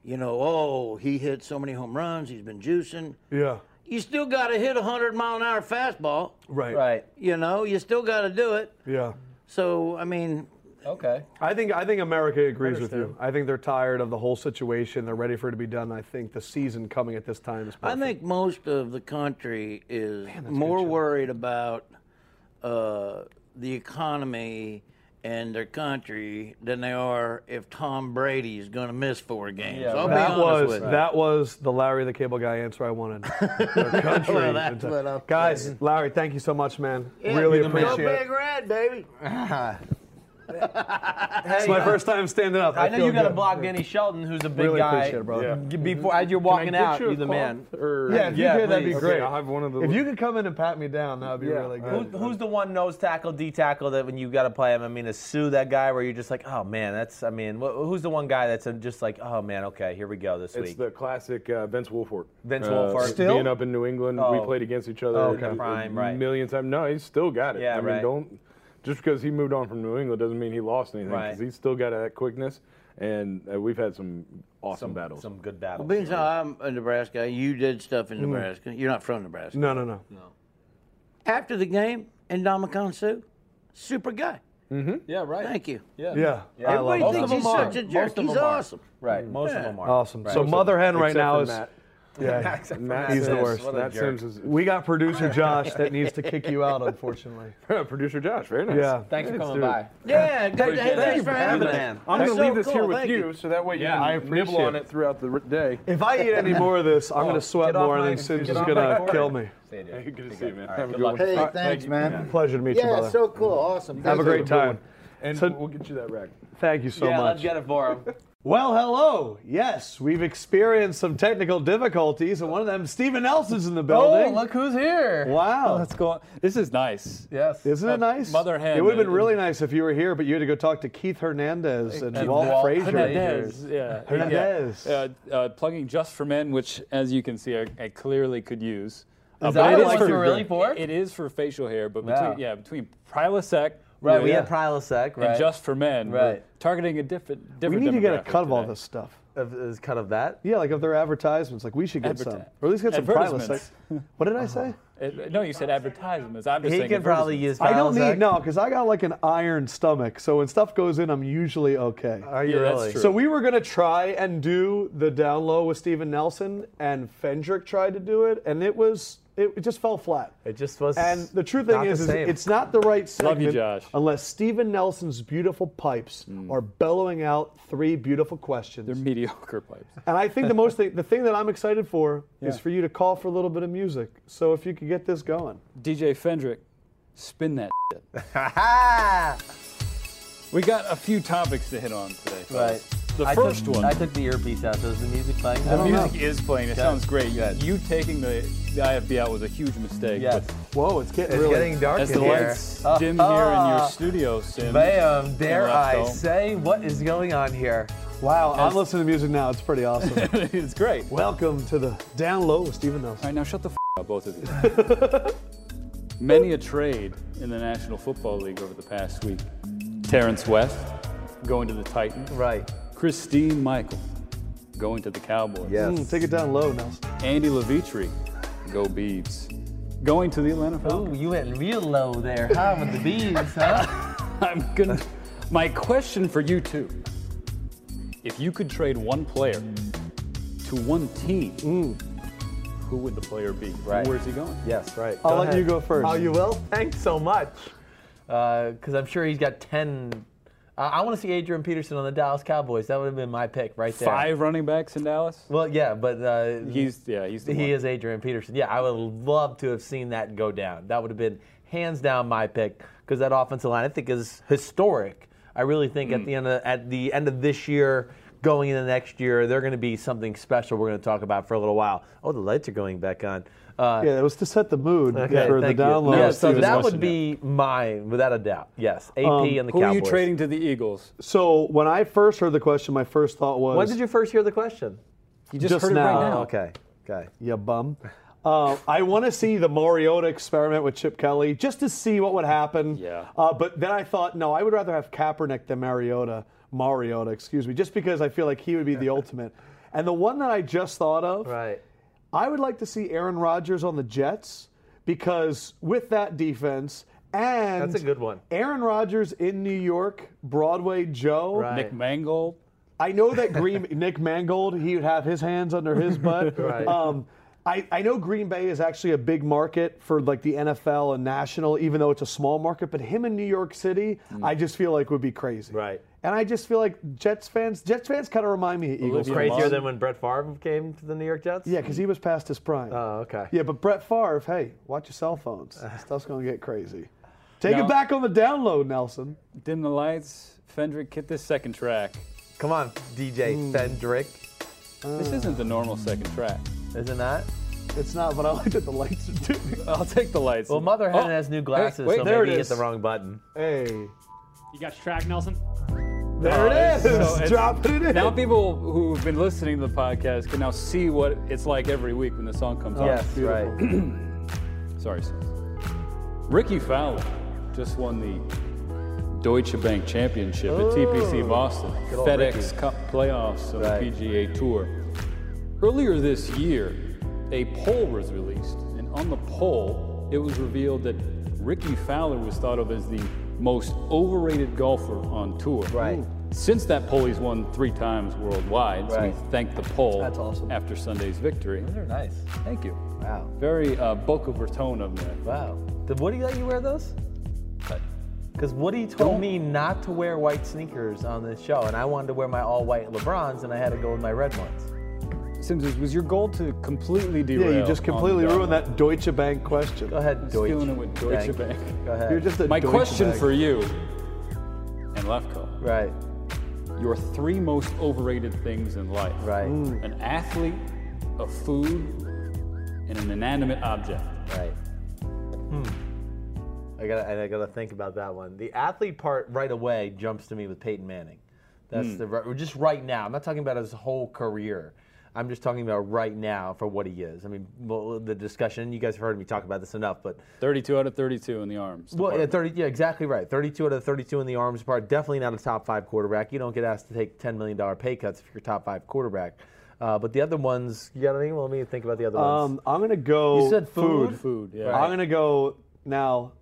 S5: You know, oh, he hit so many home runs. He's been juicing
S2: Yeah,
S5: you still got to hit a 100 mile an hour fastball.
S2: right.
S3: right.
S5: You know, you still got to do it.
S2: Yeah.
S5: So, I mean,
S3: Okay.
S2: I think I think America agrees with you. I think they're tired of the whole situation. They're ready for it to be done. I think the season coming at this time is
S5: I
S2: perfect.
S5: think most of the country is more worried about uh, the economy and their country than they are if Tom Brady is going to miss four games.
S3: Yeah,
S5: I'll
S3: right.
S5: be
S2: that
S5: honest
S2: was
S5: with you.
S2: that was the Larry the Cable Guy answer I wanted. Their country.
S5: Well, that's what I'm
S2: Guys, Larry, thank you so much, man. really
S5: Go
S2: appreciate it.
S5: Big Red, baby.
S2: It's my first time standing up.
S3: I know
S2: feel
S3: you got to
S2: good.
S3: block Denny Shelton, who's a big
S2: Really
S3: guy.
S2: appreciate it, brother. Yeah.
S3: G- Before as you're
S6: Can I
S3: walking
S6: get
S3: out,
S6: you a
S3: you're the
S6: cloth
S3: man.
S6: Or
S2: Yeah, if you
S3: Yeah,
S2: could, that'd be
S3: please.
S6: Okay,
S2: great.
S6: I'll have one of the
S2: If
S6: little- uh,
S2: you could come in and pat me down, that would be
S6: Yeah,
S2: really
S6: I-
S2: good.
S6: Who-
S3: Who's the one nose tackle, D tackle that when you got to play him? I mean, to sue that guy where you're just like, oh man, that's. I mean, wh- who's the one guy that's uh, just like, oh man, okay, here we go this
S6: It's
S3: week.
S6: the classic uh, Vince Wilfork.
S3: Vince
S6: uh,
S3: Wilfork.
S2: Still?
S6: being up in New England, we
S3: Oh.
S6: played against each other
S3: Okay.
S6: a- a
S3: Prime, right.
S6: million times. No, he's still got it.
S3: Yeah,
S6: I mean,
S3: right.
S6: don't just because he moved on from New England doesn't mean he lost anything.
S3: Right.
S6: Because he's still got that quickness, and uh, we've had some awesome
S3: some
S6: battles.
S3: Some good battles.
S5: Well, being so I'm in Nebraska, you did stuff
S3: Mm.
S5: in Nebraska. You're not from Nebraska.
S2: No, no, no.
S5: After the game, Indomicon Sue, super guy.
S3: yeah, right.
S5: Thank you.
S2: Yeah.
S3: Mm-hmm. I love
S5: Everybody
S3: him.
S5: thinks
S3: Most of
S5: he's
S3: them are.
S5: such a jerk.
S3: Most of
S5: He's
S3: them are.
S5: awesome.
S3: Right. Most of
S5: Yeah.
S3: them are.
S2: Awesome. So
S3: Right.
S2: Mother Hen right
S6: Except
S2: now
S6: for
S2: is
S6: Matt.
S2: yeah.
S6: Matt
S2: He's the
S6: Sims.
S2: worst.
S6: Matt Sims is
S2: We got producer Josh that needs to kick you out, unfortunately.
S6: producer Josh. Very nice.
S2: Yeah.
S3: Thanks for
S6: Let's
S3: coming
S6: do it.
S3: by.
S5: Yeah, good. Hey,
S3: Appreciate
S5: thanks
S3: it.
S5: for having us.
S3: Man.
S6: I'm gonna
S5: That's
S6: leave
S5: so
S6: this
S5: cool.
S6: here with
S5: Thank
S6: you, so that way you
S3: Yeah,
S6: can
S2: I
S6: nibble
S2: appreciate
S6: on
S2: it.
S6: it throughout the r- day.
S2: If I eat any more of this, I'm gonna sweat
S3: get off
S2: more, and
S3: my-
S2: then Sid's
S3: get
S2: just
S3: off
S2: gonna
S3: my corner.
S2: kill me.
S3: See you, dude.
S6: Hey, good to see you, man.
S3: All right,
S6: Have a
S3: good
S6: good,
S3: luck.
S6: one.
S5: Hey,
S6: All right,
S5: thanks,
S6: you.
S5: man.
S2: Pleasure to meet you,
S5: Yeah,
S2: brother.
S5: so cool. Awesome.
S2: Have a
S5: Thank you.
S2: great time.
S6: And
S2: So-
S6: we'll get you that rack.
S2: Thank you so
S3: yeah,
S2: much.
S3: let's get it for him.
S2: Well, hello. Yes, we've experienced some technical difficulties, and one of them, Steven Nelson's in the
S10: Oh,
S2: building.
S10: look who's here.
S2: Wow.
S1: Let's go. on. This is nice.
S10: Yes.
S2: Isn't it nice?
S1: Oh, Mother hen,
S2: It would have been
S1: man.
S2: really nice if you were here, but you had to go talk to Keith Hernandez and Walt,
S10: Walt
S2: Oh, Frazier.
S1: Hernandez. Yeah.
S2: Hernandez.
S1: Yeah. Uh, uh, plugging Just for Men, which, as you can see, I, I clearly could use. Uh,
S10: Is that
S1: but
S10: what
S1: it
S10: it's really for?
S1: It is for facial hair, but
S10: Wow.
S1: between, yeah, between Prilosec
S10: Right,
S1: and
S10: we
S3: We
S10: Yeah.
S3: had Prilosec, right?
S1: Just for Men, we're
S10: Right.
S1: targeting a different
S2: We
S1: different.
S2: need to get a
S1: demographic
S2: cut of all
S1: today.
S2: this stuff.
S3: of, is cut of that.
S2: Yeah, like of their advertisements. Like we should get
S1: Adverti-
S2: some, or at least get some pilots. Like,
S1: Advertisements.
S2: what did I say?
S1: Uh, no, you said advertisements. I'm just
S3: He
S1: saying
S3: can probably
S1: advertisements.
S3: use.
S2: I don't
S3: Prilosec.
S2: need no, because I got like an iron stomach. So when stuff goes in, I'm usually okay.
S3: Are you
S1: Yeah, that's
S3: really?
S1: true.
S2: So we were gonna try and do the down low with Steven Nelson, and Fendrick tried to do it, and it was it, it just fell flat.
S3: It just was.
S2: And the true thing
S3: not
S2: is, is
S3: the same.
S2: it's not the right segment
S1: Love you, Josh. Mm.
S2: unless Steven Nelson's beautiful pipes are bellowing out three beautiful questions.
S1: They're mediocre pipes.
S2: and I think the most thing, the thing that I'm excited for is for you to call for a little bit of music. So if you could get this going.
S1: DJ Fendrick, Spin that. shit. we got a few topics to hit on today. fellas.
S3: Right.
S1: The
S3: I
S1: first
S3: took,
S1: one.
S3: I took the earpiece out. So is the music playing?
S11: Oh,
S1: the music is playing. It
S3: Good.
S1: sounds great. You,
S3: Good.
S1: you taking the, the IFB out was a huge mistake.
S3: Yes.
S1: but
S12: Whoa, it's getting
S11: It's
S12: really.
S11: getting dark
S1: as
S11: in
S1: the
S11: here. Uh,
S1: lights dim here in your studio, Sim.
S3: Bam! um, Dare
S1: Left
S3: I
S1: home.
S3: say what is going on here?
S2: Wow, I'm listening to music now. It's pretty awesome.
S1: it's great. All
S2: Welcome to the Down Low with Steven Nelson.
S1: right, now shut the f- up, both of you. Many a trade in the National Football League over the past week. Terrence West going to the Titans.
S3: Right.
S1: Christine Michael going to the Cowboys.
S2: Mm, take it down low, Nelson.
S1: Andy Levitri, go Beavs. Going to the Atlanta Falcons.
S3: Ooh, you went real low there, huh? With the beans, huh?
S1: I'm gonna. My question for you two: If you could trade one player to one team,
S2: Mm.
S1: who would the player be?
S3: Right.
S1: Where's he going?
S3: yes, right.
S2: I'll let you go first.
S3: Oh, you will? Thanks so much. Because I'm sure he's got 10. Uh, I want to see Adrian Peterson on the Dallas Cowboys. That would have been my pick right there.
S1: Five running backs in Dallas.
S3: Well, yeah, but uh,
S1: He's yeah, he's the one.
S3: he is Adrian Peterson. Yeah, I would love to have seen that go down. That would have been hands down my pick because that offensive line I think is historic. I really think
S1: Hmm.
S3: at the end of, at the end of this year, going into next year, they're going to be something special. We're going to talk about for a little while. Oh, the lights are going back on. Uh,
S2: Yeah, that was to set the mood
S3: okay,
S2: for the
S3: thank you.
S2: Down Low.
S3: Yeah,
S2: with
S1: it's not
S3: so
S1: just
S2: Steven Nelson.
S3: that
S1: Nelson,
S3: would be mine without a doubt. Yes, AP and the
S1: Um, Who
S3: Cowboys.
S1: are you trading to the Eagles?
S2: So when I first heard the question, my first thought was,
S3: When did you first hear the question?
S1: You just,
S2: Just
S1: heard it
S2: now.
S1: right now.
S2: Oh,
S3: Okay. Okay.
S2: you bum. Uh, I want to see the Mariota experiment with Chip Kelly just to see what would happen.
S1: Yeah.
S2: Uh, but then I thought, no, I would rather have Kaepernick than Mariota. Mariota, excuse me, just because I feel like he would be the ultimate. And the one that I just thought of,
S3: Right.
S2: I would like to see Aaron Rodgers on the Jets because with that defense and
S3: That's a good one.
S2: Aaron Rodgers in New York, Broadway Joe.
S3: Right.
S1: Nick Mangold.
S2: I know that Green Nick Mangold, he would have his hands under his butt.
S3: Right.
S2: um, I, I know Green Bay is actually a big market for like the NFL and national, even though it's a small market. But him in New York City, I just feel like would be crazy.
S3: Mm. Right.
S2: And I just feel like Jets fans, Jets fans kind of remind me of Eagles.
S1: Olivia
S2: fans.
S3: Crazier
S1: Munn.
S3: than when Brett Favre came to the New York Jets.
S2: Yeah, because he was past his prime.
S3: Oh, okay.
S2: Yeah, but Brett Favre, hey, watch your cell phones. Stuff's gonna get crazy. Take
S1: No.
S2: it back on the download, Nelson.
S1: Dim the lights. Fendrick, hit this second track.
S3: Come on, DJ Fendrick.
S1: This isn't the normal second track.
S3: Isn't that?
S2: It's not, but I like that the lights are too.
S1: I'll take the lights.
S3: Well, Mother
S1: Oh,
S3: Hen has new glasses,
S1: wait,
S3: so
S1: there
S3: maybe
S1: it
S3: you hit
S1: is.
S3: the wrong button.
S2: Hey,
S4: You got your track, Nelson?
S2: there it is.
S1: So it's-
S2: Dropping it in.
S1: Now people who've been listening to the podcast can now see what it's like every week when the song comes out.
S3: Yes, right.
S1: Sorry. sir. Ricky Fowler just won the Deutsche Bank Championship at TPC Boston,
S3: old
S1: FedEx Cup playoffs of
S3: Right.
S1: the PGA Tour. Earlier this year, a poll was released, and on the poll, it was revealed that Ricky Fowler was thought of as the most overrated golfer on tour.
S3: Right.
S1: Since that poll, he's won three times worldwide. So
S3: Right.
S1: we thank the poll
S2: That's awesome.
S1: after Sunday's victory.
S3: They're nice.
S1: Thank you.
S3: Wow.
S1: Very uh, Boca Raton of me.
S3: Wow. Did Woody let you wear those? Because Woody told me not to wear white sneakers on this show, and I wanted to wear my all white LeBrons, and I had to go with my red ones.
S1: Sims, was your goal to completely
S2: Yeah,
S1: derail?
S2: you just
S1: on
S2: completely
S1: the
S2: ruined
S1: Dharma?
S2: that Deutsche Bank question.
S3: Go ahead, Deutsche.
S1: Stealing it with Deutsche Bank.
S3: Go ahead.
S2: You're just a
S1: My
S2: Deutsche
S1: question
S2: Bank.
S1: for you and Lefko:
S3: right,
S1: Your three most overrated things in life:
S3: right,
S1: an athlete, a food, and an inanimate object.
S3: right. Hmm. I gotta, and I gotta think about that one. The athlete part right away jumps to me with Peyton Manning. That's the right, just right now. I'm not talking about his whole career. I'm just talking about right now for what he is. I mean, well, the discussion. You guys have heard me talk about this enough, but
S1: 32 out of 32 in the arms.
S3: Well, yeah,
S1: department.
S3: 30, yeah, exactly right. 32 out of 32 in the arms part. Definitely not a top five quarterback. You don't get asked to take $10 million pay cuts if you're a top five quarterback. Uh, but the other ones, you got any? Well, let me think about the other ones.
S2: Um, I'm gonna go.
S3: You said food?
S1: food. Yeah.
S2: I'm gonna go now.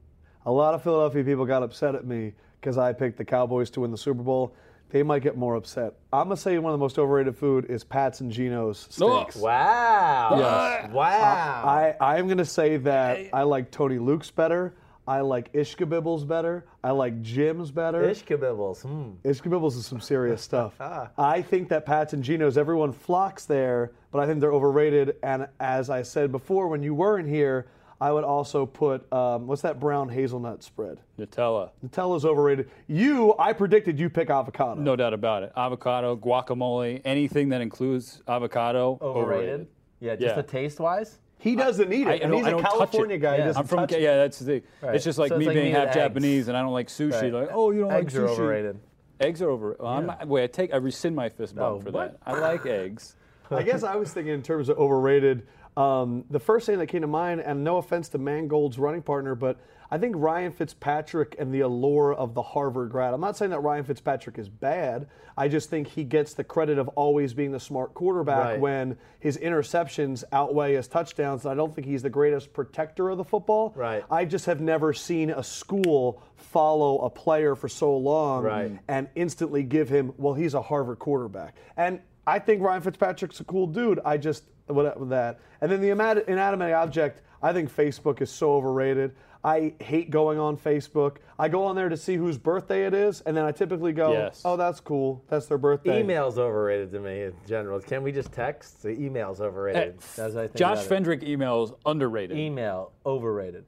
S2: A lot of Philadelphia people got upset at me because I picked the Cowboys to win the Super Bowl. They might get more upset. I'm gonna say one of the most overrated food is Pat's and Geno's
S1: Oh,
S2: steaks.
S3: Wow.
S1: Yes.
S3: Wow.
S2: I I am gonna say that I like Tony Luke's better. I like Ishkabibbles better. I like Jim's better.
S3: Ishkabibbles. Hmm.
S2: It's Kibibbles is some serious stuff. I think that Pats and Geno's, everyone flocks there, but I think they're overrated. And as I said before, when you weren't here, I would also put um, what's that brown hazelnut spread?
S13: Nutella.
S2: Nutella's overrated. You, I predicted you pick avocado.
S13: No doubt about it. Avocado, guacamole, anything that includes avocado, overrated.
S3: Yeah, just
S13: Yeah.
S3: the taste wise.
S2: He doesn't eat it.
S13: I- I
S2: and
S13: don't-
S2: he's
S13: I
S2: a
S13: don't touch it.
S2: California guy. He
S3: Yeah.
S2: doesn't
S13: I'm from
S2: touch
S13: Ca-
S2: it.
S13: yeah, that's the thing.
S3: Right.
S13: It's just like
S3: So it's
S13: me
S3: like me
S13: being
S3: with
S13: half
S3: eggs.
S13: Japanese and I don't like sushi.
S3: Right.
S13: Like, oh, you don't
S3: Eggs
S13: like
S3: are
S13: sushi.
S3: overrated.
S13: Eggs are overrated. Well, I'm not, wait, I take I rescind my fist bump
S3: No,
S13: for
S3: what?
S13: that. I like eggs.
S2: I guess I was thinking in terms of overrated. Um, the first thing that came to mind, and no offense to Mangold's running partner, but I think Ryan Fitzpatrick and the allure of the Harvard grad. I'm not saying that Ryan Fitzpatrick is bad. I just think he gets the credit of always being the smart quarterback
S3: Right.
S2: when his interceptions outweigh his touchdowns. And I don't think he's the greatest protector of the football.
S3: Right.
S2: I just have never seen a school follow a player for so long
S3: Right.
S2: and instantly give him, well, he's a Harvard quarterback. And I think Ryan Fitzpatrick's a cool dude. I just, what with that. And then the ima- inanimate object, I think Facebook is so overrated. I hate going on Facebook. I go on there to see whose birthday it is, and then I typically go,
S13: Yes.
S2: oh, that's cool. That's their birthday.
S3: Email's overrated to me in general. Can we just text? The email's overrated. That's what I think
S13: Eh, Josh
S3: about it. E-
S13: Fendrick emails underrated.
S3: Email overrated.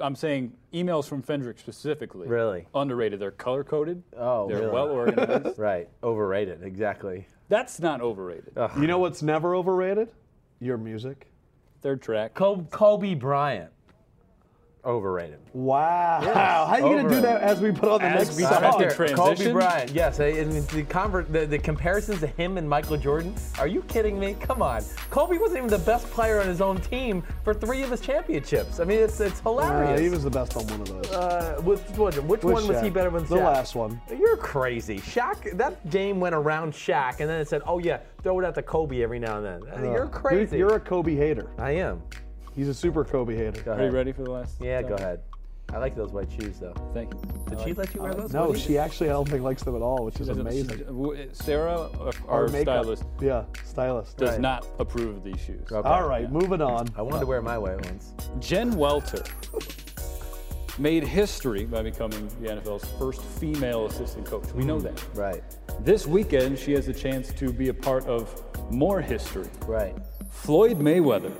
S13: I'm saying emails from Fendrick specifically.
S3: Really?
S13: Underrated. They're color coded.
S3: Oh,
S13: They're
S3: really?
S13: well organized.
S3: Right. Overrated. Exactly.
S13: That's not overrated.
S3: Oh.
S2: You know what's never overrated? Your music.
S13: Third track.
S3: Col- Kobe Bryant. Overrated.
S2: Wow. How are you going to do
S3: Overrated.
S2: that as we put on the next
S13: As we
S2: song?
S13: press the
S3: Here, Kobe
S13: transition?
S3: Bryant. Yes, I, and the, conver- the the comparisons to him and Michael Jordan. Are you kidding me? Come on. Kobe wasn't even the best player on his own team for three of his championships. I mean, it's it's
S2: Uh,
S3: hilarious.
S2: he was the best on one of those.
S3: Uh, which was it? Which
S2: With
S3: one was he
S2: Shaq.
S3: better than
S2: The
S3: Shaq?
S2: last one.
S3: You're crazy. Shaq. That game went around Shaq, and then it said, "Oh yeah, throw it out to Kobe every now and then." Uh, You're crazy.
S2: Dude, you're a Kobe hater.
S3: I am.
S2: He's a super Kobe hater.
S3: Go
S13: Are you
S3: ahead.
S13: ready for the last?
S3: Yeah,
S13: song?
S3: go ahead. I like those white shoes though.
S13: Thank you.
S3: Did she let you wear those?
S2: No,
S3: What do you-
S2: she actually I don't think likes them at all, which is amazing.
S13: Sarah, our
S2: Or makeup.
S13: stylist,
S2: Yeah, stylist.
S13: does
S3: Right.
S13: not approve of these shoes.
S3: Okay.
S2: All right, moving on.
S3: I wanted to wear my white ones.
S13: Jen Welter made history by becoming the NFL's first female assistant coach. We know
S3: Hmm.
S13: that.
S3: Right.
S13: This weekend, she has a chance to be a part of more history.
S3: Right.
S13: Floyd Mayweather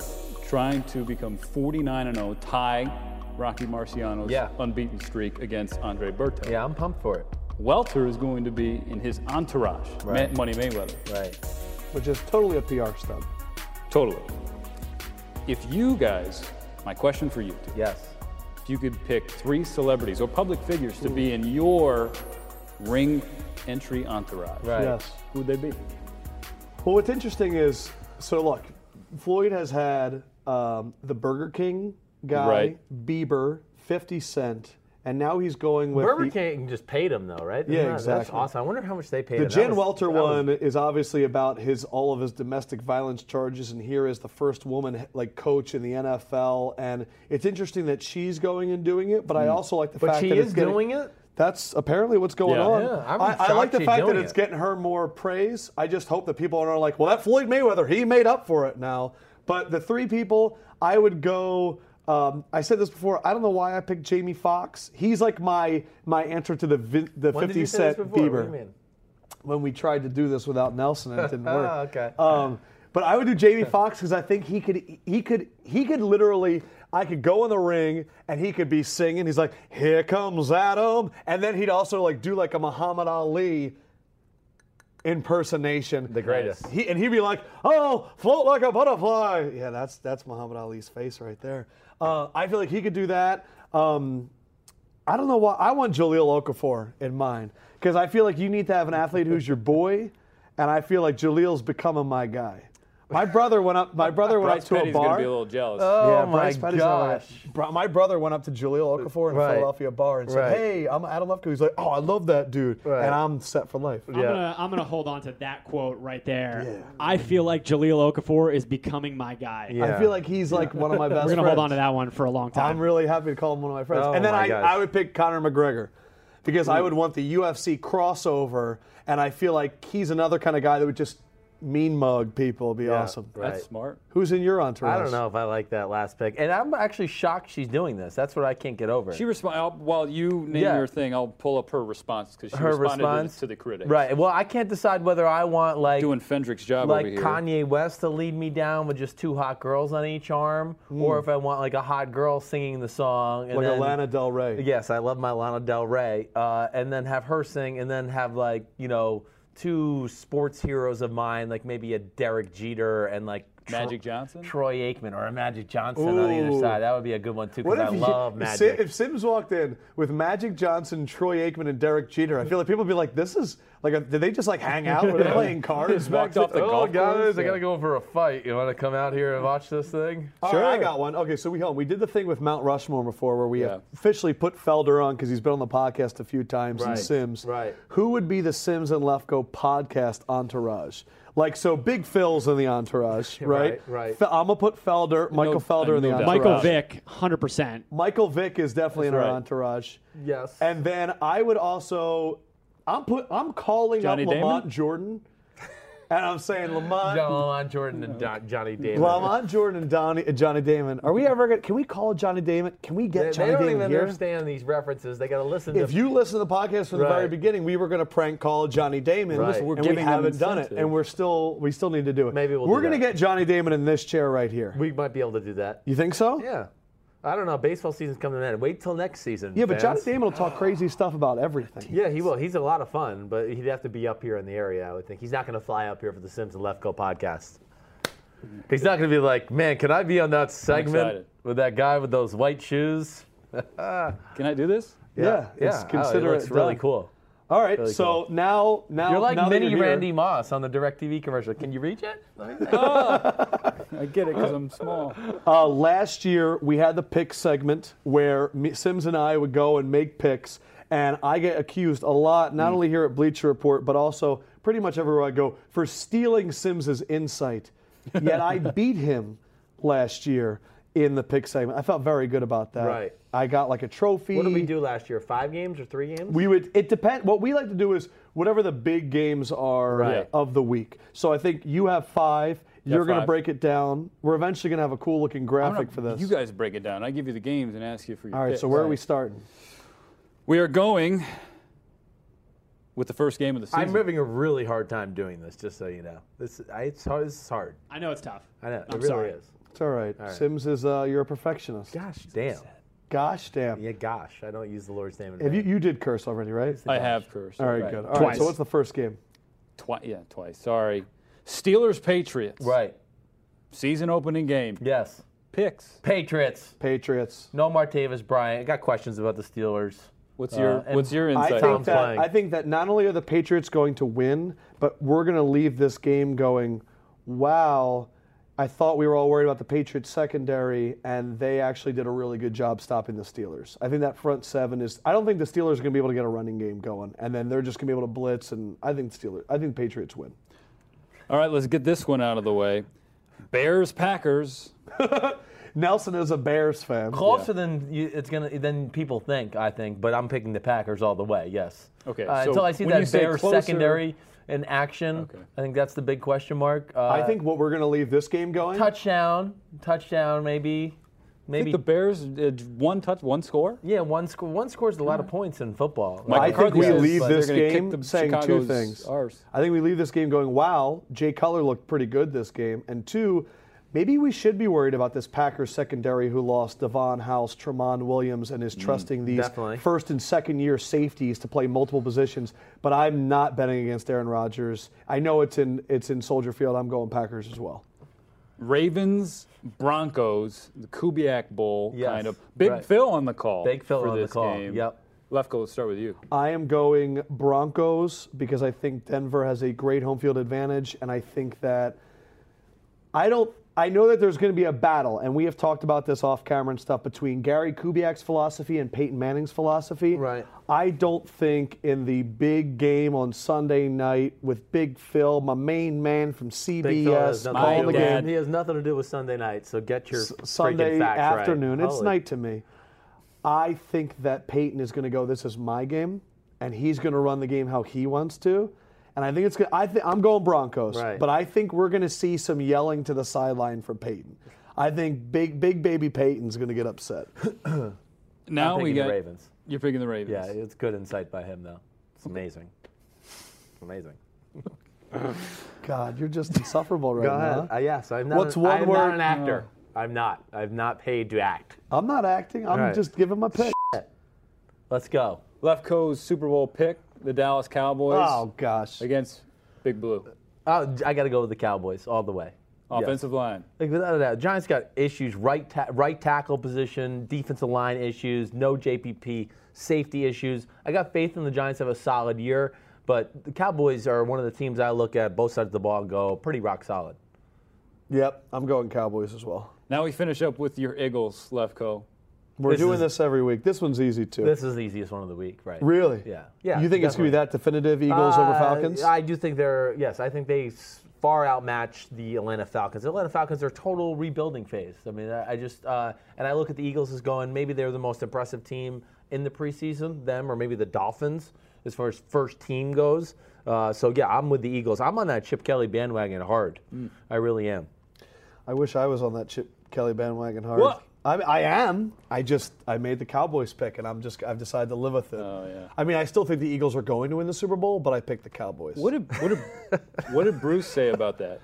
S13: trying to become 49 and 0, tie Rocky Marciano's
S3: Yeah.
S13: unbeaten streak against Andre Berto.
S3: Yeah, I'm pumped for it.
S13: Welter is going to be in his entourage, Ma-
S3: Right.
S13: Money Mayweather.
S3: Right.
S2: Which is totally a PR stunt.
S13: Totally. If you guys, my question for you, two,
S3: Yes.
S13: if you could pick three celebrities or public figures to be in your ring entry entourage,
S3: Right.
S2: Yes.
S13: who'd they be?
S2: Well, what's interesting is so look, Floyd has had um, the Burger King guy,
S13: Right.
S2: Bieber, 50 Cent, and now he's going with
S3: Burger
S2: the,
S3: King just paid him though, right?
S2: Yeah,
S3: Isn't that- That's
S2: exactly.
S3: awesome. I wonder how much they paid
S2: The
S3: him. That
S2: Jen
S3: was-
S2: Welter
S3: that was-
S2: one is obviously about his all of his domestic violence charges, and here is the first woman like coach in the NFL. And it's interesting that she's going and doing it, but I also like the
S3: Hmm. But
S2: fact
S3: she
S2: that
S3: is
S2: it's getting-
S3: doing it?
S2: That's apparently what's going
S13: Yeah.
S2: on.
S3: Yeah, I'm
S2: I, I like
S3: shocked
S2: the
S3: she's
S2: fact that
S3: doing
S2: it's
S3: it.
S2: getting her more praise. I just hope that people aren't like, well, that Floyd Mayweather, he made up for it now. But the three people, I would go. Um, I said this before. I don't know why I picked Jamie Foxx. He's like my my answer to the vi- the
S3: When did
S2: 50
S3: you say this
S2: Cent
S3: before? What do
S2: Bieber
S3: you mean?
S2: when we tried to do this without Nelson and it didn't work.
S3: Okay.
S2: Um, but I would do Jamie Foxx because I think he could he could he could literally I could go in the ring and he could be singing. He's like, "Here comes Adam," and then he'd also like do like a Muhammad Ali impersonation.
S3: The greatest.
S2: He and he'd be like, "Oh, float like a butterfly." Yeah, that's that's Muhammad Ali's face right there. Uh, I feel like he could do that. Um, I don't know why. I want Jaleel Okafor in mind because I feel like you need to have an athlete who's your boy, and I feel like Jaleel's becoming my guy. My brother went up. My brother went
S13: Bryce
S2: up to
S13: Petty's
S2: a bar.
S13: gonna be a little jealous.
S2: yeah,
S3: Oh
S2: Bryce
S3: my
S2: Petty's not right.
S3: gosh.
S2: Bro- My brother went up to Jaleel Okafor in a
S3: Right.
S2: Philadelphia bar and said,
S3: Right.
S2: "Hey, I'm Adam Lefko." He's like, "Oh, I love that dude,"
S3: Right.
S2: and I'm set for life.
S4: I'm gonna I'm gonna hold on to that quote right there. I feel like Jaleel Okafor is becoming my guy.
S2: I feel like he's like one of my best.
S4: We're gonna
S2: friends.
S4: hold on to that one for a long time.
S2: I'm really happy to call him one of my friends.
S3: Oh
S2: and then
S3: my
S2: I,
S3: gosh. Hmm.
S2: I would pick Conor McGregor because I would want the UFC crossover, and I feel like he's another kind of guy that would just mean mug people would be awesome.
S13: That's
S3: Right.
S13: smart.
S2: Who's in your entourage?
S3: I don't know if I like that last pick, and I'm actually shocked she's doing this. That's what I can't get over.
S13: She responded while you name
S3: Yeah.
S13: your thing. I'll pull up her response because she
S3: Her
S13: responded to the-
S3: response?
S13: To, the critics.
S3: right. Well, I can't decide whether I want like
S13: Doing Fendrick's job
S3: like
S13: over here.
S3: Kanye West to lead me down with just two hot girls on each arm, or if I want like a hot girl singing the song. And
S2: Like
S3: then,
S2: Alana Del Rey.
S3: Yes, I love my Lana Del Rey, uh, and then have her sing, and then have like you know two sports heroes of mine, like maybe a Derek Jeter and like Tro-
S13: Magic Johnson?
S3: Troy Aikman, or a Magic Johnson on the other
S2: Ooh.
S3: side. That would be a good one too,
S2: What
S3: because
S2: if,
S3: I
S2: you-
S3: love
S2: if
S3: Magic.
S2: Sim- if Sims walked in with Magic Johnson, Troy Aikman, and Derek Jeter? I feel like people would be like, "This is like, a, did they just like hang out? Were they playing cards?"
S13: walked
S2: back
S13: off the
S2: then?
S13: golf course.
S3: Oh, I gotta go for a fight. You want to come out here and watch this thing?
S2: All right, I got one. Okay, so we held. We did the thing with Mount Rushmore before, where we
S13: Yeah.
S2: officially put Felder on because he's been on the podcast a few times.
S3: Right,
S2: And Sims,
S3: right.
S2: Who would be the Sims and Lefko podcast entourage? Like so, Big Phil's in the entourage, right?
S3: right, right.
S2: I'm gonna put Felder, Michael Felder in the
S13: no doubt.
S2: entourage.
S4: Michael Vick, 100%.
S2: Michael Vick is definitely in our
S13: right.
S2: entourage.
S3: Yes.
S2: And then I would also, I'm put, I'm calling
S13: Johnny
S2: up
S13: Damon?
S2: Lamont Jordan, and I'm saying Lamont.
S3: John Lamont Jordan and Don, Johnny Davis.
S2: Lamont Jordan and Donny, uh, Johnny Damon. Are we ever gonna? Can we call Johnny Damon? Can we get
S3: They,
S2: Johnny
S3: they don't
S2: Damon
S3: even
S2: here?
S3: understand these references. They gotta listen to.
S2: If you listen to the podcast from the very
S3: Right.
S2: beginning, we were going to prank call Johnny Damon,
S3: Right.
S2: and
S3: We're
S2: we
S13: giving them
S2: haven't done it,
S13: incentive.
S2: and we're still we still need to do it.
S3: Maybe we'll
S2: are
S3: do
S2: going to
S3: that.
S2: get Johnny Damon in this chair right here.
S3: we might be able to do that.
S2: you think so?
S3: Yeah. I don't know. Baseball season's coming to an end. Wait till next season.
S2: Yeah, but Johnny
S3: fans.
S2: Damon will talk crazy stuff about everything.
S3: Yeah, he will. He's a lot of fun, but he'd have to be up here in the area, I would think. He's not going to fly up here for the Sims and Leftco podcast. He's not going to be like, man, can I be on that segment
S13: excited.
S3: with that guy with those white shoes?
S13: Can I do this?
S2: Yeah, it's
S3: Oh,
S2: consider
S3: it looks
S2: it
S3: really
S2: done.
S3: cool.
S2: All right, so now now
S3: You're like
S2: now that
S3: mini
S2: you're here-
S3: Randy Moss on the DirecTV commercial. Can you reach it? Let me-
S13: I get it because I'm small.
S2: Uh, last year, we had the pick segment where me- Sims and I would go and make picks, and I get accused a lot,
S3: Hmm.
S2: not only here at Bleacher Report, but also pretty much everywhere I go, for stealing Sims's insight. Yet I beat him last year in the pick segment. I felt very good about that.
S3: Right.
S2: I got like a trophy.
S3: what did we do last year? Five games or three games?
S2: We would. It depend. What we like to do is whatever the big games are
S3: Right.
S2: of the week. So I think you have five. You're going to
S13: five.
S2: break it down. We're eventually going to have a cool looking
S13: I'm
S2: graphic
S13: gonna-
S2: for this.
S13: You guys break it down. I give you the games and ask you for your.
S2: All right,
S13: picks.
S2: so where are we starting?
S13: We are going with the first game of the season.
S3: I'm having a really hard time doing this, just so you know. This, I, it's hard, this is hard.
S4: I know it's tough.
S3: I know. It
S4: I'm
S3: really
S4: sorry.
S3: is.
S2: It's all right. Sims is uh, you're a perfectionist.
S3: Gosh damn.
S2: Gosh damn.
S3: Yeah, gosh. I don't use the Lord's name in
S2: Have you
S3: vain.
S2: you did curse already, right?
S13: I have cursed.
S2: All right, good. All right. So
S4: Twice.
S2: what's the first game?
S13: Twi- yeah, twice. Sorry. Steelers Patriots.
S3: Right.
S13: Season opening game.
S3: Yes.
S13: Picks.
S3: Patriots.
S2: Patriots.
S3: No Martavis Bryant. I got questions about the Steelers.
S13: What's your
S3: Uh, and
S13: What's your
S2: I
S13: insight?
S2: think
S3: Tom's
S2: that
S3: playing.
S2: I think that not only are the Patriots going to win, but we're going to leave this game going. Wow, I thought we were all worried about the Patriots secondary, and they actually did a really good job stopping the Steelers. I think that front seven is. I don't think the Steelers are going to be able to get a running game going, and then they're just going to be able to blitz. And I think Steelers. I think Patriots win.
S13: All right, let's get this one out of the way. Bears Packers.
S2: Nelson is a Bears fan.
S3: Closer than you, it's gonna than people think, I think. But I'm picking the Packers all the way. Yes.
S13: Okay,
S3: Uh,
S13: so
S3: until I see
S13: when you
S3: that
S13: say
S3: Bears
S13: closer-
S3: secondary in action, I think that's the big question mark. Uh,
S2: I think what we're going to leave this game going.
S3: touchdown, touchdown, maybe,
S13: I think
S3: maybe.
S13: the Bears uh, one touch, one score.
S3: yeah, one score. One scores a lot of points in football.
S13: Mike
S2: I think
S13: McCarthy
S2: we
S13: says
S2: leave
S13: they're
S2: this
S13: gonna kick
S2: game
S13: the
S2: saying two
S13: Chicago's
S2: things.
S13: arse.
S2: I think we leave this game going, wow, Jay Cutler looked pretty good this game. And two, maybe we should be worried about this Packers secondary who lost Devon House, Tremont Williams, and is trusting these
S3: definitely.
S2: first and second year safeties to play multiple positions. But I'm not betting against Aaron Rodgers. I know it's in it's in Soldier Field. I'm going Packers as well.
S13: Ravens Broncos, the Kubiak Bowl
S3: Yes,
S13: kind of. Big
S3: right.
S13: Phil on the call.
S3: Big Phil
S13: for
S3: on the
S13: this
S3: call,
S13: Game.
S3: yep.
S13: Lefko, let's start with you.
S2: I am going Broncos because I think Denver has a great home field advantage, and I think that I don't. I know that there's going to be a battle, and we have talked about this off camera and stuff between Gary Kubiak's philosophy and Peyton Manning's philosophy.
S3: Right.
S2: I don't think in the big game on Sunday night with Big Phil, my main man from
S3: Big Phil
S2: CBS,
S3: has nothing
S2: calling
S3: to
S2: the
S3: do with-
S2: game
S3: He has nothing to do with Sunday night, so get your freaking
S2: Sunday
S3: facts right.
S2: afternoon. It's
S3: Holy-
S2: night to me. I think that Peyton is going to go, this is my game, and he's going to run the game how he wants to. and I think it's. Gonna, I think I'm going Broncos,
S3: Right.
S2: but I think we're going to see some yelling to the sideline from Peyton. I think big, big baby Peyton's going to get upset.
S13: Now we
S3: picking the
S13: got
S3: Ravens.
S13: You're picking the Ravens.
S3: Yeah, it's good insight by him though. It's amazing. Amazing.
S2: God, you're just insufferable right
S3: Go ahead.
S2: now.
S3: Uh, yes, I'm not.
S2: What's
S3: an,
S2: one
S3: I'm
S2: word-
S3: Not an actor. I'm not. I'm not paid to act.
S2: I'm not acting. I'm
S3: right.
S2: just giving my pick.
S3: Let's go.
S13: Lefko's Super Bowl pick, the Dallas Cowboys
S2: Oh gosh.
S13: against Big Blue.
S3: Oh, I got to go with the Cowboys all the way.
S13: Offensive line.
S3: Like without a doubt, Giants got issues right ta- right tackle position, defensive line issues, no JPP, safety issues. I got faith in the Giants have a solid year, but the Cowboys are one of the teams I look at both sides of the ball and go pretty rock solid.
S2: Yep, I'm going Cowboys as well.
S13: Now we finish up with your Eagles, Lefko.
S2: We're
S3: This
S2: doing
S3: is-
S2: this every week. This one's easy too.
S3: This is the easiest one of the week, right?
S2: really?
S3: Yeah. Yeah.
S2: You think it's going to be
S3: definitely.
S2: that definitive? Eagles over
S3: Uh,
S2: Falcons?
S3: I do think they're yes. I think they s- far outmatch the Atlanta Falcons. The Atlanta Falcons are total rebuilding phase. I mean, I, I just uh, and I look at the Eagles as going maybe they're the most impressive team in the preseason. Them or maybe the Dolphins as far as first team goes. Uh, so yeah, I'm with the Eagles. I'm on that Chip Kelly bandwagon hard.
S2: Mm.
S3: I really am.
S2: I wish I was on that Chip Kelly bandwagon hard.
S13: What?
S2: I, I am. I just I made the Cowboys pick, and I'm just I've decided to live with it.
S13: Oh, yeah.
S2: I mean, I still think the Eagles are going to win the Super Bowl, but I picked the Cowboys.
S13: What did what did what did Bruce say about that?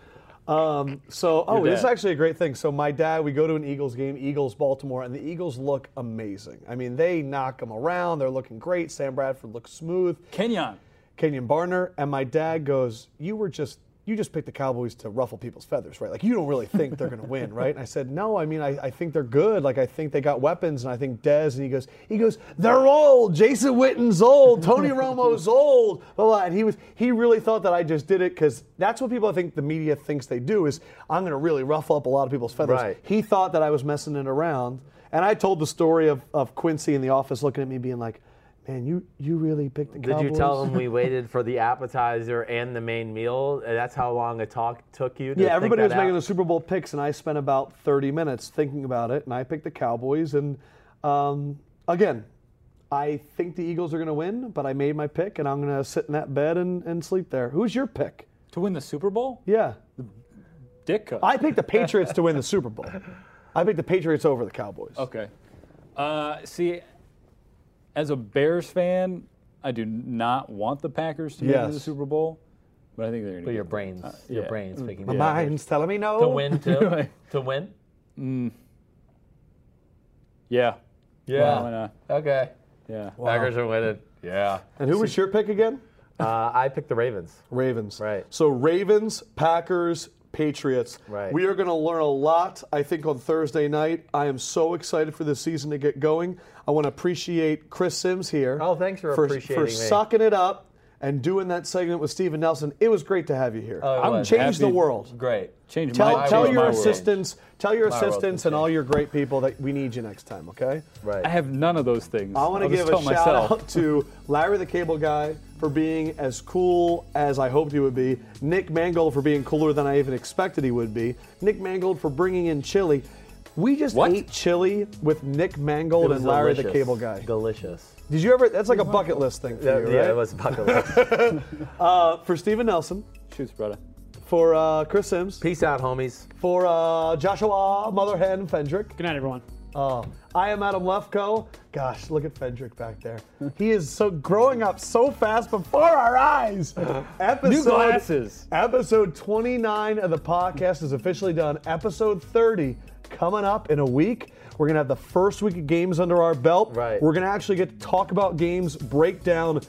S2: So, oh,
S13: Your
S2: this is
S13: dad.
S2: actually a great thing. So, my dad, we go to an Eagles game, Eagles, Baltimore, and the Eagles look amazing. I mean, they knock them around. They're looking great. Sam Bradford looks smooth.
S13: Kenyon.
S2: Kenyon Barner, and my dad goes, "You were just." You just picked the Cowboys to ruffle people's feathers, right? Like, you don't really think they're going to win, right? And I said, No, I mean, I, I think they're good. Like, I think they got weapons, and I think Dez. And he goes, He goes, They're old. Jason Witten's old. Tony Romo's old. Blah, blah. And he was, he really thought that I just did it because that's what people, I think the media thinks they do is, I'm going to really ruffle up a lot of people's feathers.
S3: Right.
S2: He thought that I was messing it around. And I told the story of, of Quincy in the office looking at me being like, Man, you, you really picked the
S3: Did
S2: Cowboys?
S3: you tell them we waited for the appetizer and the main meal? And that's how long a talk took you. To
S2: Yeah,
S3: think
S2: everybody
S3: that
S2: was making
S3: out?
S2: the Super Bowl picks, and I spent about 30 minutes thinking about it, and I picked the Cowboys. And um, again, I think the Eagles are going to win, but I made my pick, and I'm going to sit in that bed and, and sleep there. Who's your pick?
S13: To win the Super Bowl?
S2: Yeah.
S13: Dick cut.
S2: I picked the Patriots to win the Super Bowl. I picked the Patriots over the Cowboys.
S13: Okay. Uh, see, as a Bears fan, I do not want the Packers to make it to the
S2: Yes.
S13: Super Bowl, but I think they're going
S3: But
S13: to.
S3: your brains,
S2: Uh,
S3: your
S13: yeah.
S3: brains picking
S2: My
S3: the
S2: mind's telling me no.
S3: to win too.
S13: Right.
S3: To win.
S13: Yeah.
S3: Yeah.
S13: Why not?
S3: Okay.
S13: Yeah.
S3: Packers are winning. Yeah.
S2: And who was your pick again?
S3: Uh, I picked the Ravens.
S2: Ravens.
S3: Right.
S2: So Ravens, Packers, Patriots.
S3: Right.
S2: We are going to learn a lot, I think, on Thursday night. I am so excited for this season to get going. I want to appreciate Chris Sims here.
S3: Oh, thanks for appreciating
S2: for
S3: me.
S2: sucking it up and doing that segment with Steven Nelson. It was great to have you here.
S3: Oh, it
S2: I'm
S3: was.
S2: changed the
S13: Happy-
S2: world.
S3: Great.
S13: Change
S2: Tell,
S13: my
S2: tell
S13: change
S2: your
S13: my world.
S2: assistants, tell your
S3: world's
S2: assistants
S3: been
S2: and all your great people that we need you next time, okay?
S3: Right.
S13: I have none of those things.
S2: I want to
S13: I'll just
S2: give
S13: tell
S2: a
S13: myself.
S2: shout out to Larry the Cable Guy for being as cool as I hoped he would be. Nick Mangold for being cooler than I even expected he would be. Nick Mangold for bringing in chili. We just
S13: What?
S2: ate chili with Nick Mangold and Larry the Cable Guy.
S3: Delicious.
S2: Did you ever? That's like a bucket list thing for
S3: Yeah,
S2: you,
S3: yeah,
S2: right?
S3: it was bucket list.
S2: For Steven Nelson,
S13: Shoots, brother.
S2: for uh, Chris Sims,
S3: Peace out, homies.
S2: for uh, Joshua Motherhead Fendrick.
S4: Good night, everyone.
S2: Oh, I am Adam Lefko. Gosh, look at Fedrick back there. He is so growing up so fast before our eyes. Episode,
S13: New glasses.
S2: Episode 29 of the podcast is officially done. Episode 30 coming up in a week. We're gonna have the first week of games under our belt.
S3: Right.
S2: We're gonna actually get to talk about games, break down.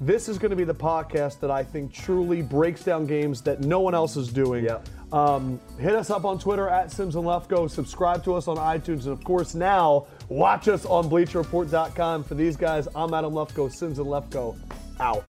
S2: This is gonna be the podcast that I think truly breaks down games that no one else is doing.
S3: Yep.
S2: Um, hit us up on Twitter at Sims and Lefko. Subscribe to us on iTunes. And of course, now watch us on bleacherreport.com. For these guys, I'm Adam Lefko, Sims and Lefko out.